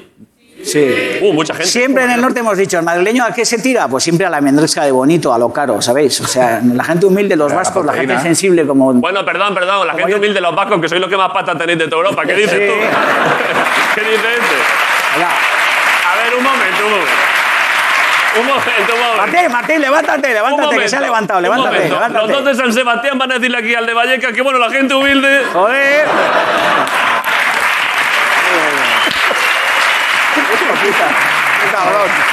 P: Sí.
A: Uh, mucha gente.
P: Siempre en el norte hemos dicho, ¿el madrileño a qué se tira? Pues siempre a la mendresca de bonito, a lo caro, ¿sabéis? O sea, la gente humilde, los vascos, la, gente
E: proteína.
P: sensible como...
A: Bueno, perdón, perdón, la gente humilde, los vascos, que sois los que más pata tenéis de toda Europa. ¿Qué dices
P: Sí.
A: tú? ¿Qué dices este?
P: Hola.
A: A ver, un momento, un momento. Un momento, un momento.
P: Martín, Martín, levántate,
A: Un
P: levántate, que
A: momento,
P: se ha levantado,
A: un
P: levántate,
A: momento.
P: levántate.
A: Los dos de San Sebastián van a decirle aquí al de Vallecas que, bueno, la gente humilde.
P: Joder.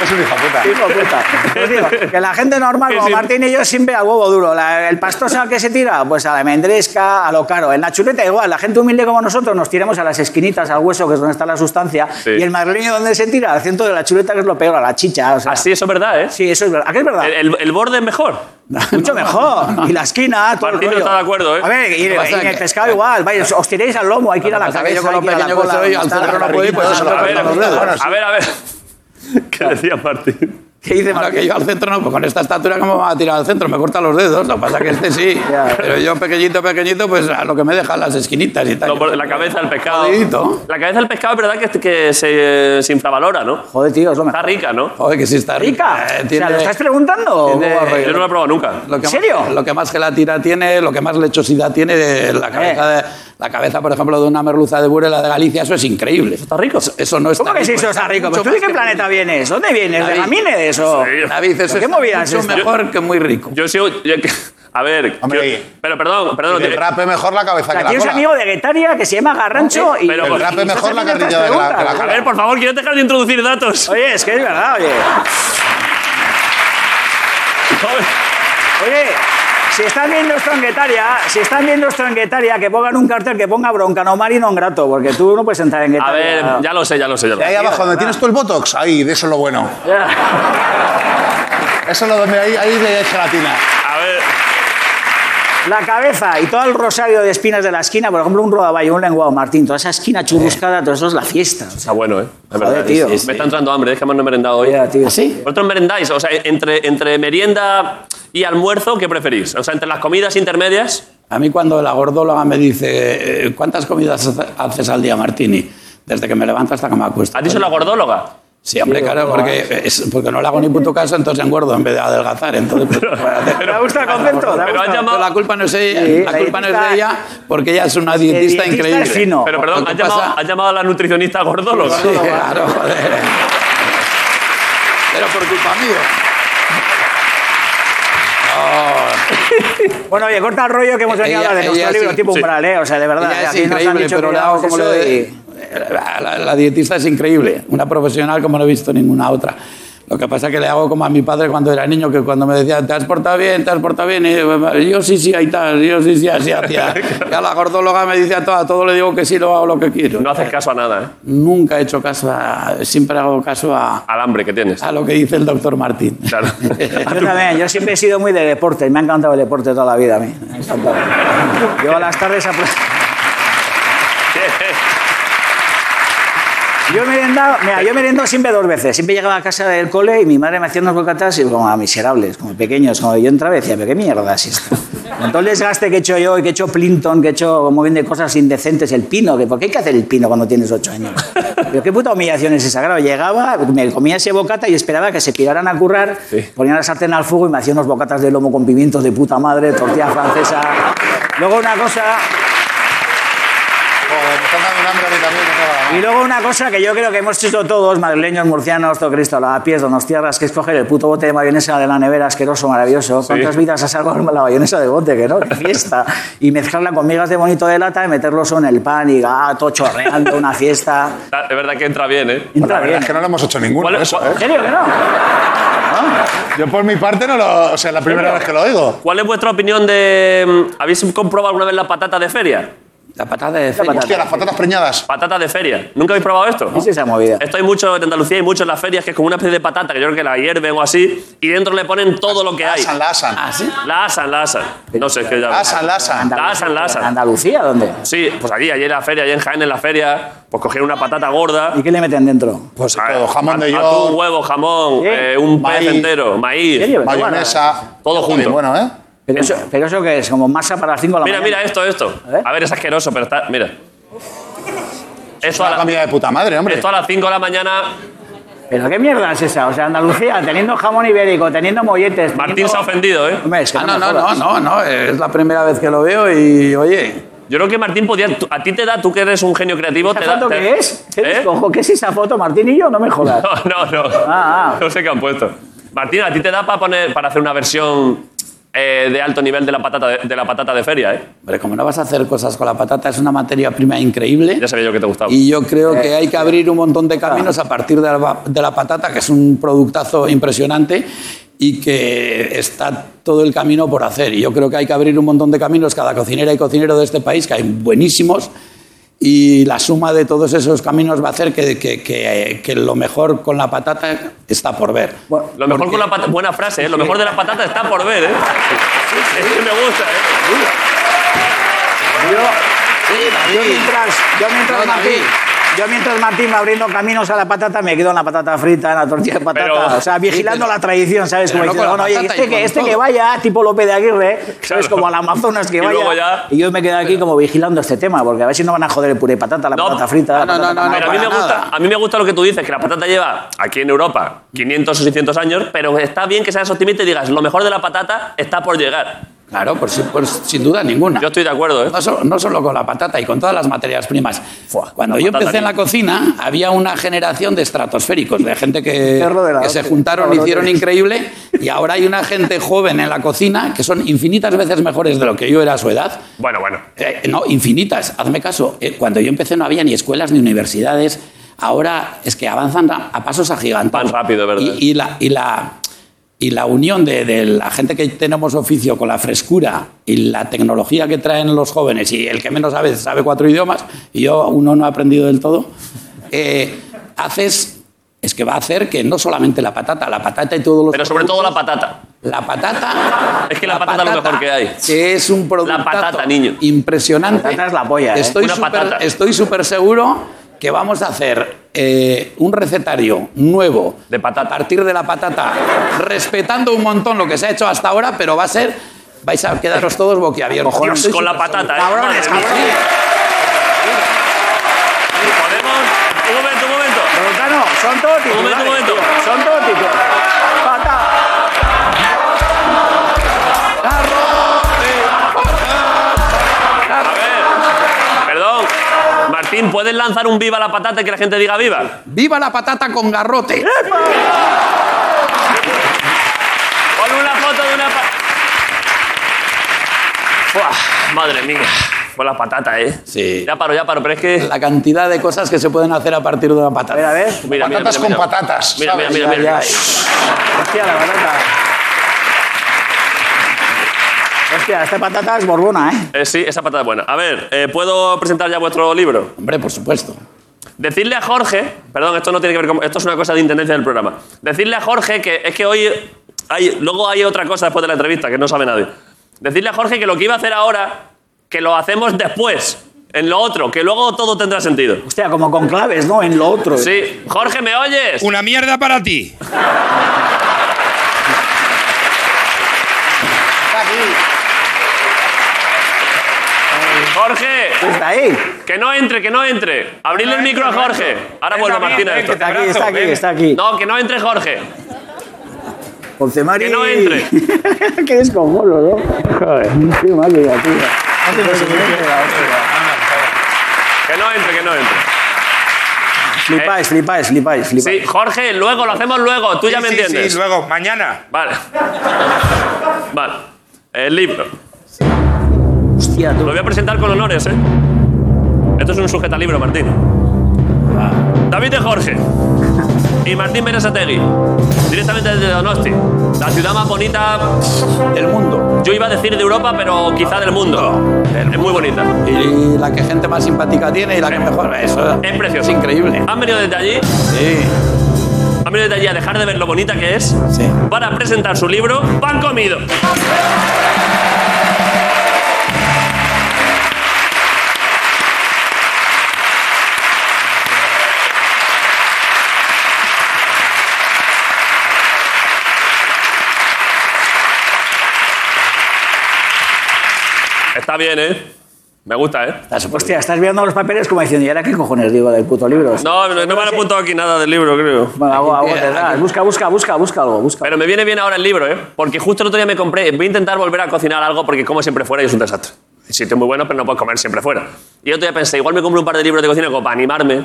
E: Es un hijo de puta.
P: Hijo de puta. Os digo, que la gente normal,
A: Que
P: como
A: sí.
P: Martín y yo, siempre al huevo duro. La- el pastoso al que se tira, pues a la mendresca, a lo caro. El nachuleta, igual. La gente humilde como nosotros nos tiramos a las esquinitas, al hueso, que es donde está la sustancia.
A: Sí.
P: Y el madrileño, ¿dónde se tira? Al centro de la chuleta, que es lo peor, a la chicha. O sea,
A: Así, eso es Eh, verdad, ¿eh?
P: Sí, eso es verdad. ¿A qué es verdad?
A: El, el- el borde es mejor.
P: Mucho mejor. Y la esquina, todo
A: eh,
P: el
A: Martín no
P: rollo.
A: está de acuerdo, ¿eh?
P: A ver, y,
K: Lo que pasa
P: y en
K: es
P: el
K: que-
P: pescado igual. Vais, os tiréis al lomo, hay que ir a la
K: Pasa que
P: cabeza.
K: yo con lo
P: hay que ir a la
K: pequeño que
P: cola,
K: soy,
P: donde
K: al
P: está la
K: centro no
P: barriguita,
K: puedo ir porque
P: todo
K: se
P: el
K: lo
A: A ver,
P: rollo.
K: cortan los dedos.
A: a ver, a ver. ¿Qué decía Martín?
K: ¿Qué dice Ahora que yo al centro no, pues con esta estatura, ¿cómo me va a tirar al centro? Me corta los dedos. Lo que pasa que este sí. Pero yo pequeñito, pequeñito, pues a lo que me dejan las esquinitas y tal.
A: No, por- la cabeza del pescado. La cabeza del pescado es verdad que, que se, eh, se infravalora, ¿no?
K: Joder, tío, es lo mejor.
A: Está rica, ¿no?
K: Joder, que sí está rica. Eh,
A: sea, ¿lo estás
K: preguntando?
A: Yo no lo he probado nunca.
K: ¿En serio? lo que más gelatina tiene, lo que más lechosidad tiene, eh, la cabeza, de- la cabeza, por ejemplo, de una merluza de burela de Galicia, eso es increíble. Eso está
A: rico.
K: Eso, no está
P: ¿Cómo que sí, eso está rico? ¿Pero tú de qué planeta vienes? ¿Dónde vienes? ¿De
K: David.
P: Gamines o...?
A: Sí.
P: ¿Pero ¿Qué movidas es
K: mucho
P: esta?
K: mejor que muy rico.
A: Yo sigo. yo- a ver. yo- pero perdón, perdón.
P: El
A: rap
E: es mejor la cabeza
P: O sea, tienes un amigo de Guetaria que se llama Garrancho y...
A: Pero
P: y-
A: por-
P: y estás haciendo estas preguntas.
A: A ver, por favor, quiero dejar de introducir datos.
P: Oye, es que es verdad, oye. Oye, si están viendo esto en Guetaria, si están viendo esto en Guetaria, que pongan un cartel que ponga bronca, no mar y no grato, porque tú no puedes entrar en
A: A
P: Guetaria.
A: ver, ya lo sé, ya lo sé. Ya lo
E: Y
A: sé.
E: ahí abajo, donde tienes tú el Botox, ahí, de eso es lo bueno. Eso es lo donde ahí, ahí de gelatina.
A: A ver.
P: La cabeza y todo el rosario de espinas de la esquina, por ejemplo, un rodaballo, un lenguado, Martín, toda esa esquina churruscada, todo eso es la fiesta.
A: Está bueno, ¿eh? Es
P: Joder,
A: verdad,
P: tío.
A: Me está entrando hambre, es que además no he merendado hoy. ¿Vosotros merendáis? O sea, entre, entre merienda y almuerzo, ¿qué preferís? O sea, entre las comidas intermedias.
K: A mí cuando la gordóloga me dice, eh, ¿cuántas comidas hace- haces al día, Martini? Desde que me levanto hasta que me acuesto.
A: ¿Has dicho la gordóloga?
K: Sí, hombre, claro, porque, es- porque no le hago ni puto caso, entonces engordo en vez de adelgazar. Entonces, pues,
P: ¿Te gusta el concepto? ¿Te
K: Pero
P: gusta?
K: la culpa no es ella,
P: Sí,
K: la
P: la
K: culpa no es
P: dietista-
K: de ella, porque ella es una
P: El
K: dietista,
P: dietista
K: increíble.
P: es fino.
A: Pero perdón,
K: Lo que
A: ¿has llamado,
K: pasa-
A: has llamado a la nutricionista gordóloga?
K: Sí, claro, joder. Pero por culpa mía.
P: Bueno, oye, corta el rollo que hemos venido a
K: Ella-
P: hablar de nuestro
K: ella
P: libro,
K: sí.
P: tipo
K: Sí.
P: umbral, ¿eh? O sea, de verdad.
K: Ella es
P: aquí nos han
K: increíble,
P: dicho
K: pero
P: que
K: le hago
P: hagamos
K: como lo
P: eso
K: de-
P: y-
K: la, la- la dietista es increíble, una profesional como no he visto ninguna otra. Lo que pasa es que le hago como a mi padre cuando era niño, que cuando me decía, ¿te has portado bien? ¿Te has portado bien? Y yo, yo sí, sí, ahí está, yo sí, sí, así hacía. Y a la gordóloga me dice a todo, a todo le digo que sí, lo hago lo que quiero.
A: No haces caso a nada, ¿eh?
K: Nunca he hecho caso a, siempre hago caso a,
A: Al hambre que tienes.
K: a lo que dice el doctor Martín.
A: Claro.
P: Yo también, yo siempre he sido muy de deporte, me ha encantado el deporte toda la vida a mí. Me ha encantado. Yo a las tardes apro- Yo merendaba, mira, yo merendo siempre dos veces. Siempre llegaba a casa del cole y mi madre me hacía unos bocatas y como a miserables, como pequeños, como yo entraba y decía, pero qué mierda es esto. Con todo el desgaste que he hecho yo y que he hecho Plinton, que he hecho como bien de cosas indecentes, el pino, que ¿por qué hay que hacer el pino cuando tienes ocho años? Pero qué puta humillación es esa. Claro, llegaba, me comía ese bocata y esperaba que se piraran a currar, ponía la sartén al fuego y me hacía unos bocatas de lomo con pimientos de puta madre, tortilla francesa. Luego una cosa... Y luego una cosa que yo creo que hemos hecho todos, madrileños, murcianos, todo Cristo, la pies, donostiarras, que es coger el puto bote de mayonesa de la nevera, asqueroso, maravilloso. ¿Cuántas vidas has salvado con la mayonesa de bote? Que no, qué fiesta. Y mezclarla con migas de bonito de lata y meterlos en el pan y gato, chorreando, una fiesta.
A: Está- Es verdad que entra bien, ¿eh?
P: Entra bien.
E: Es que no lo hemos hecho ninguno,
A: ¿Cuál-
E: eso,
A: cuál-
E: ¿eh?
P: ¿En serio que no?
E: Yo por mi parte no lo... O sea, la primera vez que lo oigo.
A: ¿Cuál es vuestra opinión de. mm, ¿Habéis comprobado alguna vez la patata de feria?
K: La patata de
E: feria. Hostia, las patatas preñadas.
A: Patata de feria. ¿Nunca habéis probado esto?
P: ¿Qué es esa movida?
A: Esto hay mucho en Andalucía y mucho en las ferias, que es como una especie de patata, que yo creo que la hierven o así, y dentro le ponen todo lo que hay.
E: Asan, la asan.
A: Ah, La asan, la asan. No sé, es que ya...
E: La asan, la asan.
A: La asan, la asan.
P: ¿Andalucía dónde?
A: Sí, pues allí, allí en la feria, allí en Jaén, en la feria, pues cogieron una patata gorda.
P: ¿Y qué le meten dentro?
E: Pues todo, jamón de
A: Atún,
E: york,
A: huevo, jamón, eh, un
E: Maíz.
A: pez entero, maíz,
P: serio?
E: mayonesa...
A: todo
E: Joder,
A: junto.
E: Bueno, ¿eh?
P: Pero eso, pero eso que es como masa para las 5 de la
A: Mira,
P: mañana.
A: mira esto, esto. A ver, es asqueroso, pero está. Mira. Esto a,
E: Una
A: la-
E: comida de puta madre, hombre.
A: esto a las 5 de la mañana.
P: Pero qué mierda es esa. O sea, Andalucía, teniendo jamón ibérico, teniendo molletes.
A: Martín
P: teniendo-
A: se ha ofendido, ¿eh?
P: Hombre, es que
K: Ah, no,
P: me
K: no, no,
P: jodas.
K: no, no, es la primera vez que lo veo y, oye,
A: Yo creo que Martín podía. tú- A ti te da, tú que eres un genio creativo, te
P: ¿Esa
A: da.
P: foto
A: te-
P: qué es? ¿Qué,
A: ¿Eh?
P: es? Ojo, ¿qué es esa foto, Martín y yo? No me jodas.
A: No, no, no.
P: Ah, ah.
A: No sé qué han puesto. Martín, a ti te da para poner, para hacer una versión eh, de alto nivel de la patata de, de la patata de feria, ¿eh?
K: hombre, como no vas a hacer cosas con la patata, es una materia prima increíble.
A: Ya Eh, Ah. sabía yo que te gustaba.
K: Y yo creo que hay que abrir un montón de caminos a partir de la, de la patata, que es un productazo impresionante y que está todo el camino por hacer. Y yo creo que hay que abrir un montón de caminos, cada cocinera y cocinero de este país, que hay buenísimos, y la suma de todos esos caminos va a hacer que, que- que- eh, que lo mejor con la patata está por ver.
A: Lo mejor con la patata. Buena frase, ¿eh? Lo mejor de la patata está por ver, ¿eh? Es que me gusta, ¿eh?
P: Yo, yo mientras, yo mientras
K: No,
P: Martín,
K: David.
P: Yo mientras Martín va abriendo caminos a la patata, me quedo en la patata frita, en la tortilla de patata.
J: Pero-
P: o sea, vigilando
J: sí, pero-
P: la tradición, ¿sabes?
J: pero no
P: Como diciendo,
J: con la
P: "No, oye,
J: patata y
P: este, que,
J: con
P: este
J: todo".
P: que vaya, tipo López de Aguirre, ¿eh? ¿sabes? Como al Amazonas que
J: Y
P: vaya.
J: luego ya-
P: Y yo me quedo aquí como vigilando este tema, porque a ver si no van a joder el puré de patata, la patata frita. la patata
A: Pero
P: para
A: a, mí me
P: nada.
A: gusta, a mí me gusta lo que tú dices, que la patata lleva aquí en Europa 500 o 600 años, pero está bien que seas optimista y digas, lo mejor de la patata está por llegar.
K: Claro, por, si- por- sin duda ninguna. Yo
A: estoy de acuerdo. ¿eh?
K: No, so- no solo con la patata y con todas las materias primas. Cuando
J: la
K: yo
J: patata,
K: empecé en
J: tío.
K: la cocina, había una generación de estratosféricos, de gente que,
J: Perro de la
K: que
J: hostia,
K: se juntaron,
J: cabrones.
K: hicieron increíble, y ahora hay una gente joven en la cocina que son infinitas veces mejores de lo que yo era a su edad.
A: Bueno, bueno.
K: Eh, no, infinitas, hazme caso. Eh, cuando yo empecé no había ni escuelas ni universidades. Ahora es que avanzan a, a pasos agigantados. Van rápido, ¿verdad? Y, y la, y, la, y la unión de, de la gente que tenemos oficio con la frescura y la tecnología que traen los jóvenes y el que menos sabe, sabe cuatro idiomas, y yo uno no he aprendido del todo, eh, haces... Es que va a hacer que no solamente la patata, la patata y todos los...
A: Pero sobre todo la patata.
K: La patata...
A: Es que la, patata, es lo mejor que hay.
K: Que es un producto
A: La patata, niño.
K: impresionante.
A: Patata es la polla, ¿eh?
K: Estoy
A: Una
K: súper-
A: patata.
K: Estoy súper seguro que vamos a hacer eh, un recetario nuevo de patata. a partir de la patata, respetando un montón lo que se ha hecho hasta ahora, pero va a ser. Vais a quedaros todos boquiabiertos.
A: Cojones,
K: Estoy
A: con la
K: súper
A: patata,
K: seguro.
A: ¿eh? Cabrones, Madre mía. cabrones. Podemos. Un momento, un momento.
P: son todos
A: Un momento, un momento.
P: Son todos
A: Perdón. Martín, ¿puedes lanzar un viva la patata y que la gente diga viva?
K: ¡Viva la patata con garrote!
A: Pon una foto de una patata. Madre mía. Fue la patata, ¿eh?
K: Sí.
A: Ya paro, ya paro, pero es que.
K: La cantidad de cosas que se pueden hacer a partir de una patata. A ver, a ver.
A: Mira, mira, mira, mira. Mira, mira, mira, mira.
P: Hostia, la patata. Hostia, esta patata es borbona, ¿eh?
A: Eh, sí, esa patata es buena. A ver, eh, ¿puedo presentar ya vuestro libro?
K: Hombre, por supuesto.
A: Decirle a Jorge, perdón, esto no tiene que ver con. Esto es una cosa de intendencia del programa. Decirle a Jorge que es que hoy. Hay, luego hay otra cosa después de la entrevista que no sabe nadie. Decirle a Jorge que lo que iba a hacer ahora, que lo hacemos después, en lo otro, que luego todo tendrá sentido.
P: Hostia, como con claves, ¿no? En lo otro.
A: Sí, Jorge, ¿me oyes?
C: Una mierda para ti.
A: Jorge.
P: Está ahí.
A: Que no entre, que no entre. Abrirle el micro a Jorge. Ahora vuelvo, Martina. esto.
P: Está aquí, está aquí, está aquí.
A: No, que no entre Jorge.
P: Ponzemari.
A: Que no entre.
P: Qué descojolo, ¿no? Joder, qué máquina, tío.
A: Que no entre, que no entre.
P: Flipáis, flipáis, flipáis, flipáis.
A: Eh. Sí, Jorge, luego, lo hacemos luego. Tú ya
C: Sí,
A: Ah, me
C: sí,
A: entiendes.
C: sí, luego, mañana.
A: Vale. Vale. El libro.
P: Hostia,
A: Lo voy a presentar con honores, ¿eh? Esto es un sujetalibro, Martín. David de Jorge y Martín Berasategui. Directamente desde Donosti. La ciudad más bonita
K: del mundo.
A: Yo iba a decir de Europa, pero quizá del mundo. Es muy bonita.
K: Y la que gente más simpática tiene y la que mejor. Eso
A: es precioso. Ah.
K: Es increíble.
A: ¿Han venido desde allí?
K: Sí.
A: Han venido desde allí a dejar de ver lo bonita que es
K: Sí.
A: para presentar su libro Pan Comido. Está bien, ¿eh? Me gusta, ¿eh?
P: Hostia, estás viendo los papeles como diciendo, ¿y ahora qué cojones digo del puto libro?
A: No, no, no me han apuntado aquí nada del libro, creo.
P: Bueno, hago, hago detrás. Busca, busca, busca, busca algo, busca.
A: Pero me viene bien ahora el libro, ¿eh? Porque justo el otro día me compré. Voy a intentar volver a cocinar algo porque como siempre fuera y es un desastre. El sitio es muy bueno, pero no puedes comer siempre fuera. Y el otro día pensé, igual me compré un par de libros de cocina como para animarme.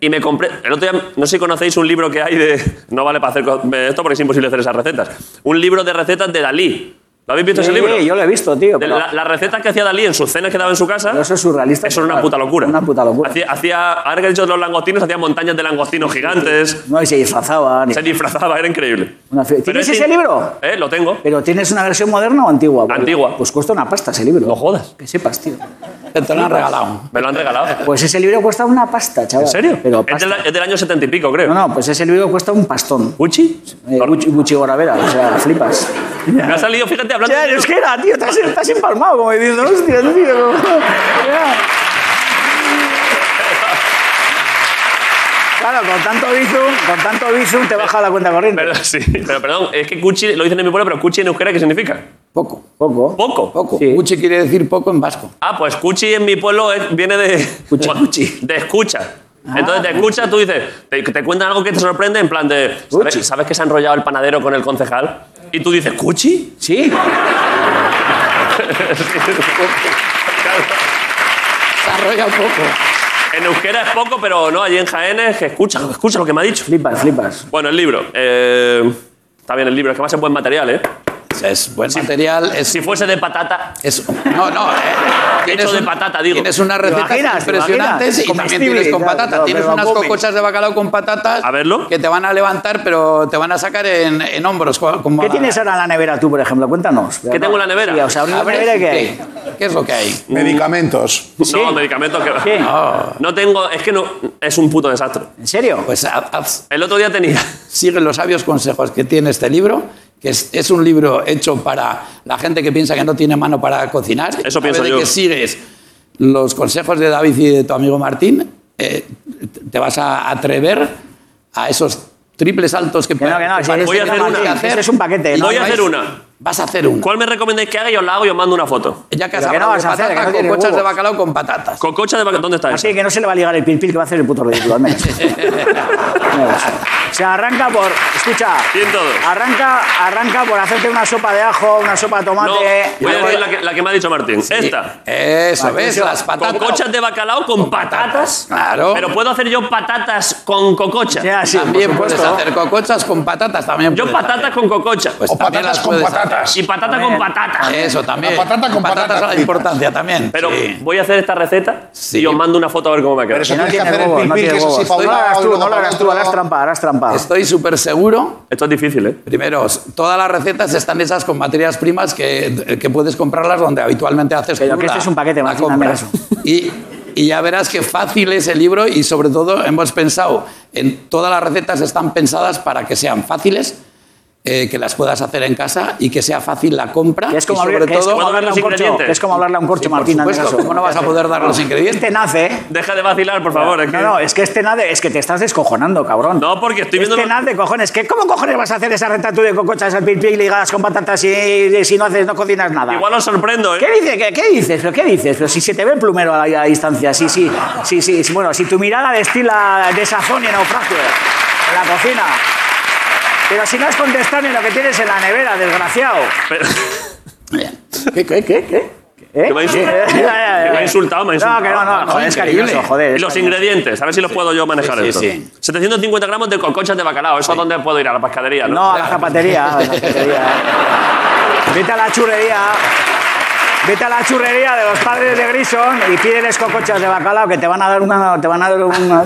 A: Y me compré. El otro día, no sé si conocéis un libro que hay de. No vale para hacer co- esto porque es imposible hacer esas recetas. Un libro de recetas de Dalí. ¿Lo habéis visto
P: Sí,
A: ese libro?
P: yo lo he visto, tío.
A: De
P: pero-
A: la- las recetas que hacía Dalí en sus cenas que daba en su casa.
P: Eso es surrealista.
A: Eso era una
P: total.
A: puta locura.
P: Una puta locura.
A: Hacía, hacía- ahora que he dicho los langostinos, hacía montañas de langostinos gigantes.
P: No, y se disfrazaba. ni-
A: Se disfrazaba, era increíble.
P: una fe- ¿Tienes
A: es
P: ese
A: in-
P: libro?
A: Eh, lo tengo.
P: ¿Pero tienes una versión moderna o antigua? Porque-
A: Antigua.
P: Pues cuesta una pasta ese libro. No
A: jodas.
P: Que sepas, tío.
K: Te lo han regalado.
A: Me lo han regalado.
P: Pues ese libro cuesta una pasta, chaval.
A: ¿En serio?
P: Pero
A: es,
P: pasta.
A: del, es del año setenta y pico, creo.
P: No, no, pues ese libro cuesta un pastón. Eh,
A: ¿Gucci?
P: Gucci, Gucci Goravera, o sea, flipas.
A: Me ha salido, fíjate, hablando
P: Ya,
A: de
P: es que era, tío, estás, estás empalmado, como diciendo, hostia, tío. como- Ya. Claro, con tanto visum, con tanto visum te baja la cuenta corriente.
A: Pero, sí, pero perdón, es que Cuchi, lo dicen en mi pueblo, pero Cuchi en euskera, ¿qué significa?
K: Poco.
P: Poco.
A: Poco.
K: Poco. Cuchi quiere decir poco en vasco.
A: Ah, pues Cuchi en mi pueblo es- viene de. De escucha.
P: Ah.
A: Entonces te escucha, tú dices, te, te cuentan algo que te sorprende, en plan de. ¿sabes, sabes que se ha enrollado el panadero con el concejal? Y tú dices, ¿Cuchi?
P: Sí.
A: Se ha enrollado poco. En euskera es poco, pero no, allí en Jaén es que escucha, escucha lo que me ha dicho.
P: Flipas, flipas.
A: Bueno, el libro. eh, está bien el libro, es que va a ser buen material, ¿eh?
K: Es buen material.
A: Si fuese de patata.
K: No, no, eh.
A: Hecho de patata, digo.
K: Tienes unas recetas impresionantes y también tienes con patata. tienes unas cocochas de bacalao con patatas que te van a levantar, pero te van a sacar en, en hombros. co- Como
P: ¿Qué tienes ahora en la nevera tú, por ejemplo? Cuéntanos.
K: ¿Qué tengo en la nevera?
P: Sí, o sea, ¿una
K: Abres
P: nevera
K: y
P: qué hay?
K: ¿Qué, ¿Qué es lo que hay?
A: Mm.
K: Oh,
E: Medicamentos.
A: No, medicamentos que
P: ¿Qué?
A: No. No tengo, es que no, es un puto desastre.
P: ¿En serio?
K: Pues haz- haz-
A: El otro día tenía.
K: sigue los sabios consejos que tiene este libro, que es, es un libro hecho para la gente que piensa que no tiene mano para cocinar. Eso
A: pienso yo.
K: que sigues los consejos de David y de tu amigo Martín, eh, te vas a atrever a esos triples saltos que,
P: no, que no, si eres
A: Voy a
P: un
A: hacer
P: paquete,
A: una.
P: este es un paquete.
A: Voy
P: no
A: a hacer
P: es-
A: una.
K: Vas a hacer una.
A: ¿Cuál me recomendáis que haga? Yo la hago y os mando una foto.
K: Ya
P: que has Pero que no hablado de vas a hacer, patatas, que no tiene cocochas huevos. de
K: bacalao con patatas.
A: ¿Cococha de bacalao? ¿Dónde está esa?
P: Así que no se le va a ligar el pilpil que va a hacer el puto ridículo, al menos. Menos. Se arranca por. Escucha.
A: Bien todo.
P: Arranca, arranca por hacerte una sopa de ajo, una sopa de
A: No,
P: tomate.
A: eh,
P: pues,
A: voy a
P: algo-
A: decir la que, la que me ha dicho Martín. Esta.
K: Eso, Vale, ¿ves? eso. Las patatas.
A: Cocochas de bacalao con, patatas.
K: Claro.
A: Pero puedo hacer yo patatas con cococha.
K: también puedes hacer cocochas con patatas también.
A: Yo
K: puedes hacer.
A: patatas con cococha.
K: Pues también las puedes hacer.
A: Y patata con
K: También.
A: patata.
K: Eso también.
A: La patata con
K: patatas
A: patata
K: a la
A: frita.
K: importancia también.
A: Pero
K: Sí.
A: voy a hacer esta receta y os mando una foto a ver cómo me queda.
P: Que no tiene huevos, no tiene huevos. No lo hagas tú, no lo hagas tú, harás trampa, harás trampa.
K: Estoy súper seguro.
A: Esto es difícil, ¿eh?
K: Primero, todas las recetas están hechas con materias primas que, que puedes comprarlas donde habitualmente haces
P: Pero que
K: cruda.
P: este es un paquete,
K: La
P: Martín,
K: compras. Y, y ya verás qué fácil es el libro y sobre todo hemos pensado en todas las recetas están pensadas para que sean fáciles. eh, que las puedas hacer en casa y que sea fácil la compra.
P: Que es como
K: y
P: abrir-
K: sobre
P: que es
K: todo,
P: como hablarle a un corcho, que es como hablarle a un corcho,
K: Sí, por
P: Martín.
K: supuesto,
P: Andreaso.
K: ¿cómo no vas a poder dar los ingredientes?
P: Este nace, ¿eh?
A: Deja de vacilar, por favor. es que-
P: No, no, es que este nace, es que te estás descojonando, cabrón.
A: No, porque estoy viendo
P: Este
A: los-
P: nace, cojones, que ¿cómo cojones vas a hacer esa renta tú de cocochas al pilpil ligadas con patatas si, si no haces, no cocinas nada?
A: Igual os sorprendo, ¿eh?
P: ¿Qué dices? ¿Qué, qué dices? ¿Pero qué dices? Pero si se te ve el plumero ahí a la distancia, sí, sí, sí, sí. sí. Bueno, si tu mirada destila desazón y naufragio en la cocina. Pero si no has contestado ni lo que tienes en la nevera, desgraciado.
A: Pero-
P: ¿Qué, qué, qué? ¿Qué? ¿Eh?
A: Que me ha insu-
P: Eh, eh, eh,
A: que me ha
P: eh.
A: insultado, me ha insultado.
P: No, que no, no, joder, es cariñoso, joder.
A: Y
P: es
A: los
P: cariñoso.
A: ingredientes, a ver si los puedo yo manejar
K: Sí, sí,
A: esto.
K: sí.
A: 750 gramos de cocochas de bacalao, ¿eso es donde puedo ir? A la pescadería, ¿no?
P: No, a la zapatería, a la zapatería. Vete a la churrería. Vete a la churrería de los padres de Grison y pídeles cocochas de bacalao que te van a dar una, te van a dar una-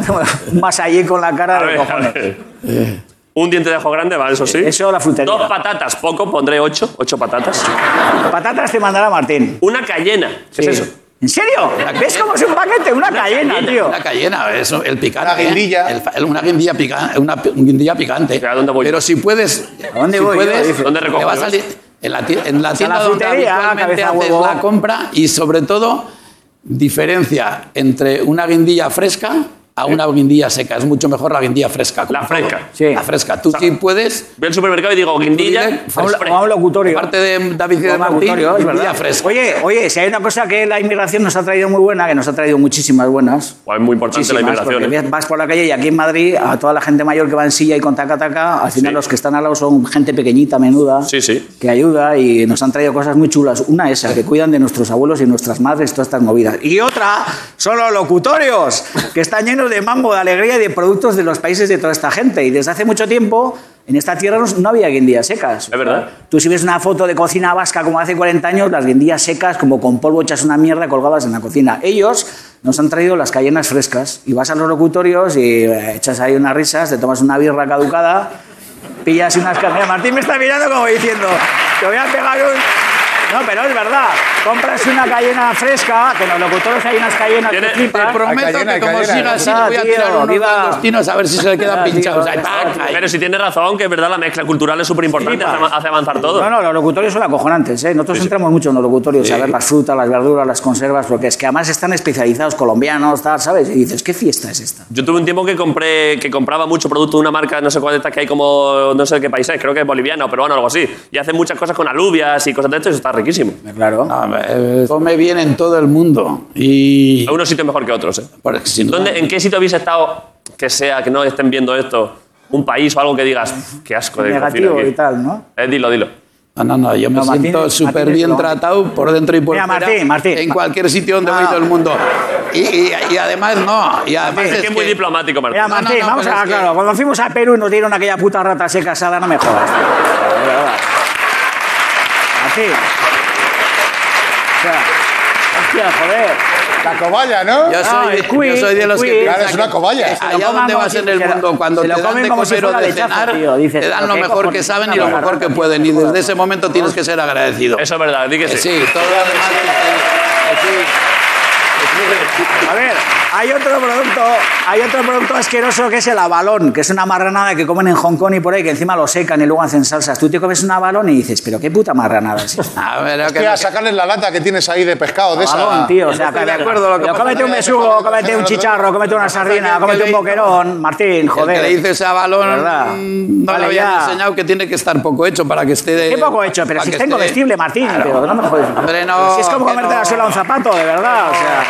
P: un masallín con la cara
A: A
P: de
A: ver, a
P: cojones. Eh,
A: ver. Un diente de ajo grande, va, eso sí.
P: Eso la frutería.
A: Dos patatas, poco, pondré ocho, ocho patatas.
P: Patatas te mandará Martín.
A: Una cayena, ¿qué es eso?
P: ¿En serio? ¿Ves cómo es un paquete? Una cayena, tío.
K: Una cayena, es el picante. ¿eh?
E: Una guindilla.
K: El fa- el- una guindilla picante. Una pi- guindilla picante.
A: ¿A dónde voy?
K: Pero si puedes.
P: ¿A dónde
K: si
P: voy yo?
K: puedes,
P: Dice.
A: ¿Dónde
K: te
A: recojo
K: va a
A: yo?
K: salir en la, ti- en la
P: sea,
K: tienda
P: la
K: donde
P: frutería,
K: habitualmente
P: cabeza,
K: haces
P: huevo.
K: la compra y sobre todo diferencia entre una guindilla fresca a una guindilla seca. Es mucho mejor la guindilla fresca.
A: La fresca.
P: Sí.
K: La fresca. Tú sí puedes.
A: Voy al supermercado y digo, guindilla,
K: Fresca.
P: A un, a un locutorio.
K: Aparte de David y de
P: Juan
K: Martín,
P: Locutorio, es
K: guindilla
P: verdad.
K: fresca.
P: Oye, oye, si hay una cosa que la inmigración nos ha traído muy buena, que nos ha traído muchísimas buenas.
A: Guau, es muy importante la
P: Muchísimas,
A: inmigración.
P: porque
A: ¿eh?
P: Vas por la calle y aquí en Madrid, a toda la gente mayor que va en silla y con taca-taca, al final
A: Sí.
P: los que están al lado son gente pequeñita, menuda,
A: Sí, sí.
P: que ayuda y nos han traído cosas muy chulas. Una esa, que cuidan de nuestros abuelos y nuestras madres todas estas movidas. Y otra son los locutorios, que están llenos de mambo, de alegría y de productos de los países de toda esta gente. Y desde hace mucho tiempo... En esta tierra no- no había guindillas secas.
A: Es verdad.
P: Tú si ves una foto de cocina vasca como hace 40 años, las guindillas secas, como con polvo hechas una mierda colgadas en la cocina. Ellos nos han traído las cayenas frescas. Y vas a los locutorios y eh, echas ahí unas risas, te tomas una birra caducada, pillas unas cayenas. Martín me está mirando como diciendo, te voy a pegar un... No, pero es verdad. Compras una cayena fresca, que los locutores hay unas cayenas que flipas.
K: Te prometo que como siga así
P: Ah,
K: le voy a tirar unos langostinos a ver si se le quedan pinchados. Ay, pac, ay.
A: Pero si tienes razón, que es verdad, la mezcla cultural es súper importante, hace, hace avanzar todo.
P: No, no, los locutorios son acojonantes. ¿eh? Nosotros entramos mucho en los locutorios a ver las frutas, las verduras, las conservas, porque es que además están especializados colombianos, tal, ¿sabes? Y dices, ¿qué fiesta es esta?
A: Yo tuve un tiempo que compré, que compraba mucho producto de una marca, no sé cuál de estas que hay como, no sé de qué país es, creo que es boliviana o peruana o algo así. Y hacen muchas cosas con alubias y cosas de esto y eso está riquísimo.
P: Claro.
K: Ah, eh, come bien en todo el mundo. Y...
A: A unos sitios mejor que otros, ¿eh? ¿Dónde- ¿En qué sitio habéis estado que sea, que no estén viendo esto, un país o algo que digas, qué asco de cocina
P: Negativo
A: aquí"?
P: y tal, ¿no?
A: Eh, dilo, dilo.
K: ah, No, no, no, yo me
P: No, Martín-
K: siento
P: Martín
K: súper
P: es
K: bien
P: lo-
K: tratado por dentro y por
P: Mira,
K: fuera.
P: Martín, Martín.
K: En cualquier sitio donde voy todo el mundo. Y, y- y además, no. Y además
A: es que
K: es
A: es muy
K: que-
A: diplomático, Martín.
P: Mira, Martín, vamos a claro. Cuando fuimos a Perú y nos dieron aquella puta rata seca asada, no me jodas. tío. De verdad. Martín. O sea, hostia, joder.
E: La cobaya, ¿no?
K: Yo soy,
P: No, el
K: yo
P: cuy,
K: soy de los
P: el
K: que
P: cuy.
K: piensa
P: Claro, es una
K: que
E: cobaya.
K: que
P: Se lo
K: Allá
P: coman
K: donde
P: como
K: vas
P: si
K: en el
P: fuera-
K: mundo, cuando
P: se
K: te
P: lo
K: dan
P: comen
K: de
P: como si
K: comer o
P: fuera
K: de
P: lechazo,
K: cenar,
P: tío. Dices,
K: te dan
P: pero
K: lo
P: qué
K: mejor que
P: cojones,
K: saben y
P: una
K: lo
P: barbaridad.
K: mejor que pueden. Y desde ese momento tienes que ser agradecido.
A: Eso es verdad, di que sí.
K: Sí, todo lo demás que te- que sí.
P: A ver, hay otro producto, hay otro producto asqueroso que es el abalón, que es una marranada que comen en Hong Kong y por ahí, que encima lo secan y luego hacen salsas. Tú te comes un abalón y dices, pero qué puta marranada es esta.
K: A ver,
E: Hostia, sacarles la lata que tienes ahí de pescado, de
P: Abalón,
E: esa.
P: tío, o sea, que, a ver, pero cómete un besugo, cómete un chicharro, cómete una sardina, cómete un boquerón, Martín,
K: El
P: joder.
K: que le dices a
P: De verdad.
K: balón, mm, no
P: Vale,
K: le habían
P: ya.
K: enseñado que tiene que estar poco hecho para que esté. de-
P: Qué poco hecho, pero
K: para
P: si
K: que
P: está
K: esté-
P: incomestible, Martín,
K: Claro.
P: pero no me jodes.
K: Hombre, no,
P: Pero si es como
K: que
P: comerte
K: no.
P: la suela a un zapato, de verdad, o sea.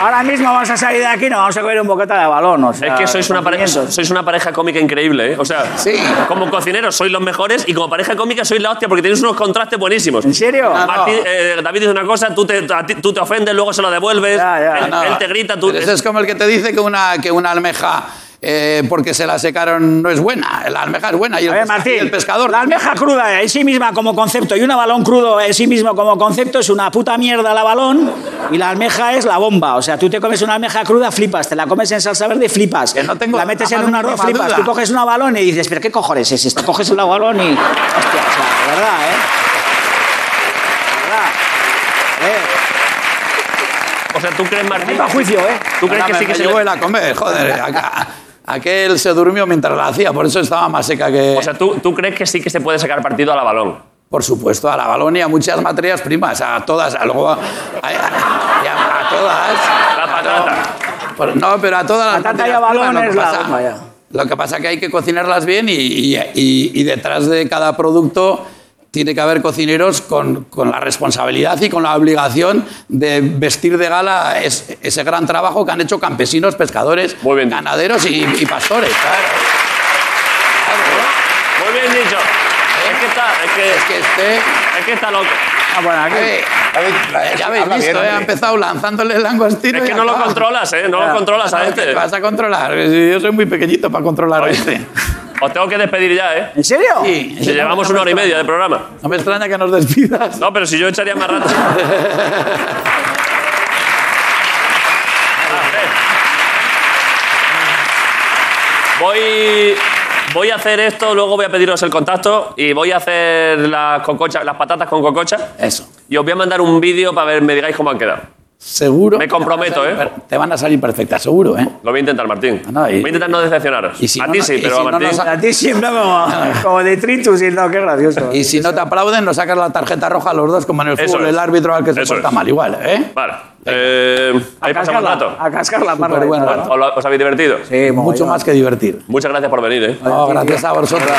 P: Ahora mismo vamos a salir de aquí, nos vamos a comer un bocata de balón, o
A: Es
P: sea.
A: que sois una, pareja,
P: sentimientos.
A: sois una pareja cómica increíble, ¿eh? O sea, como cocineros sois los mejores y como pareja cómica sois la hostia porque tenéis unos contrastes buenísimos.
P: ¿En serio?
K: Ah,
A: Martín, eh, David dice una cosa, tú te, a ti- tú te ofendes, luego se lo devuelves, Él,
K: No,
A: él te grita, tú...
K: pero Eso es como el que te dice que una, que una almeja, eh, porque se la secaron, no es buena. La almeja es buena y el,
P: A ver,
K: pesca-
P: Martín,
K: y el pescador.
P: La almeja cruda en sí misma como concepto y una balón crudo en sí mismo como concepto es una puta mierda la balón y la almeja es la bomba. O sea, tú te comes una almeja cruda, flipas, te la comes en salsa verde, flipas. la metes
K: la
P: en
K: más
P: un arroz,
K: mínima
P: flipas.
K: duda.
P: Tú coges una balón y dices, ¿pero qué cojones es esto? Coges una balón y. Hostia, o sea, de verdad, ¿eh? De verdad.
A: O sea, tú crees, Martín...
P: Momento a juicio, ¿eh?
A: Tú crees
K: Ahora
A: que
K: me-
A: sí que
K: me
A: se
K: llevó
A: le-
K: él a comer, joder. acá- Aquel se durmió mientras la hacía, por eso estaba más seca que.
A: O sea, ¿tú, tú crees que sí que se puede sacar partido a la balón.
K: Por supuesto, a la Balonia, a muchas materias primas, a todas, a, luego a, a- y a- a todas.
A: La patata.
K: Por- no, pero a todas las
P: Patata y
K: materias primas,
P: balón
K: lo que
P: es la
K: pasa-
P: bomba ya.
K: Lo que pasa es que hay que cocinarlas bien y, y- y- y detrás de cada producto tiene que haber cocineros con, con la responsabilidad y con la obligación de vestir de gala es- ese gran trabajo que han hecho campesinos, pescadores, ganaderos y, y pastores. claro.
A: Muy bien dicho. Es que está... Es que,
K: este...
A: Es que está loco.
P: Ah, bueno, aquí.
K: Eh, ya habéis
A: habla
K: visto,
A: bien,
K: eh, ha
A: hombre.
K: empezado lanzándole el langostino.
A: Es que
K: y
A: no lo
K: acaba.
A: controlas, ¿eh? No lo controlas a
K: No,
A: este.
K: ¿qué vas a controlar? Yo soy muy pequeñito para controlar a este.
A: Os tengo que despedir ya, ¿eh?
P: ¿En serio?
K: Sí.
A: Si llevamos una hora y media de programa.
K: No me extraña que nos despidas.
A: No, pero si yo echaría más rato. Voy, voy a hacer esto, luego voy a pediros el contacto y voy a hacer las, cocochas- las patatas con cococha.
K: Eso.
A: Y os voy a mandar un vídeo para ver, me digáis cómo han quedado.
K: Seguro.
A: Me
K: que te van a
A: comprometo,
K: salir
A: ¿eh?
K: per- Te van a salir perfectas, seguro, ¿eh?
A: Lo voy a intentar, Martín.
K: no, y-
A: voy a intentar no decepcionaros.
K: y si
A: a
K: no,
A: ti
K: no-
A: sí,
K: y
A: pero
K: si
A: a
K: no
A: Martín.
K: nos ha-
P: A ti siempre como, como detritus y no, qué gracioso.
K: Y si no te aplauden, nos sacas la tarjeta roja a los dos, como en el
A: Eso
K: fútbol,
A: es.
K: el árbitro al que se
A: Eso
K: porta
A: es.
K: mal, igual, ¿eh?
A: Vale. Eh, ahí pasamos
P: cascarla,
A: rato.
P: a cascarla, Marla.
K: Súper buena.
A: Bueno, ¿Os, lo- os habéis divertido?
P: Sí,
K: Mucho eh, más que divertir.
A: Muchas gracias por venir, ¿eh?
K: No, gracias a vosotros.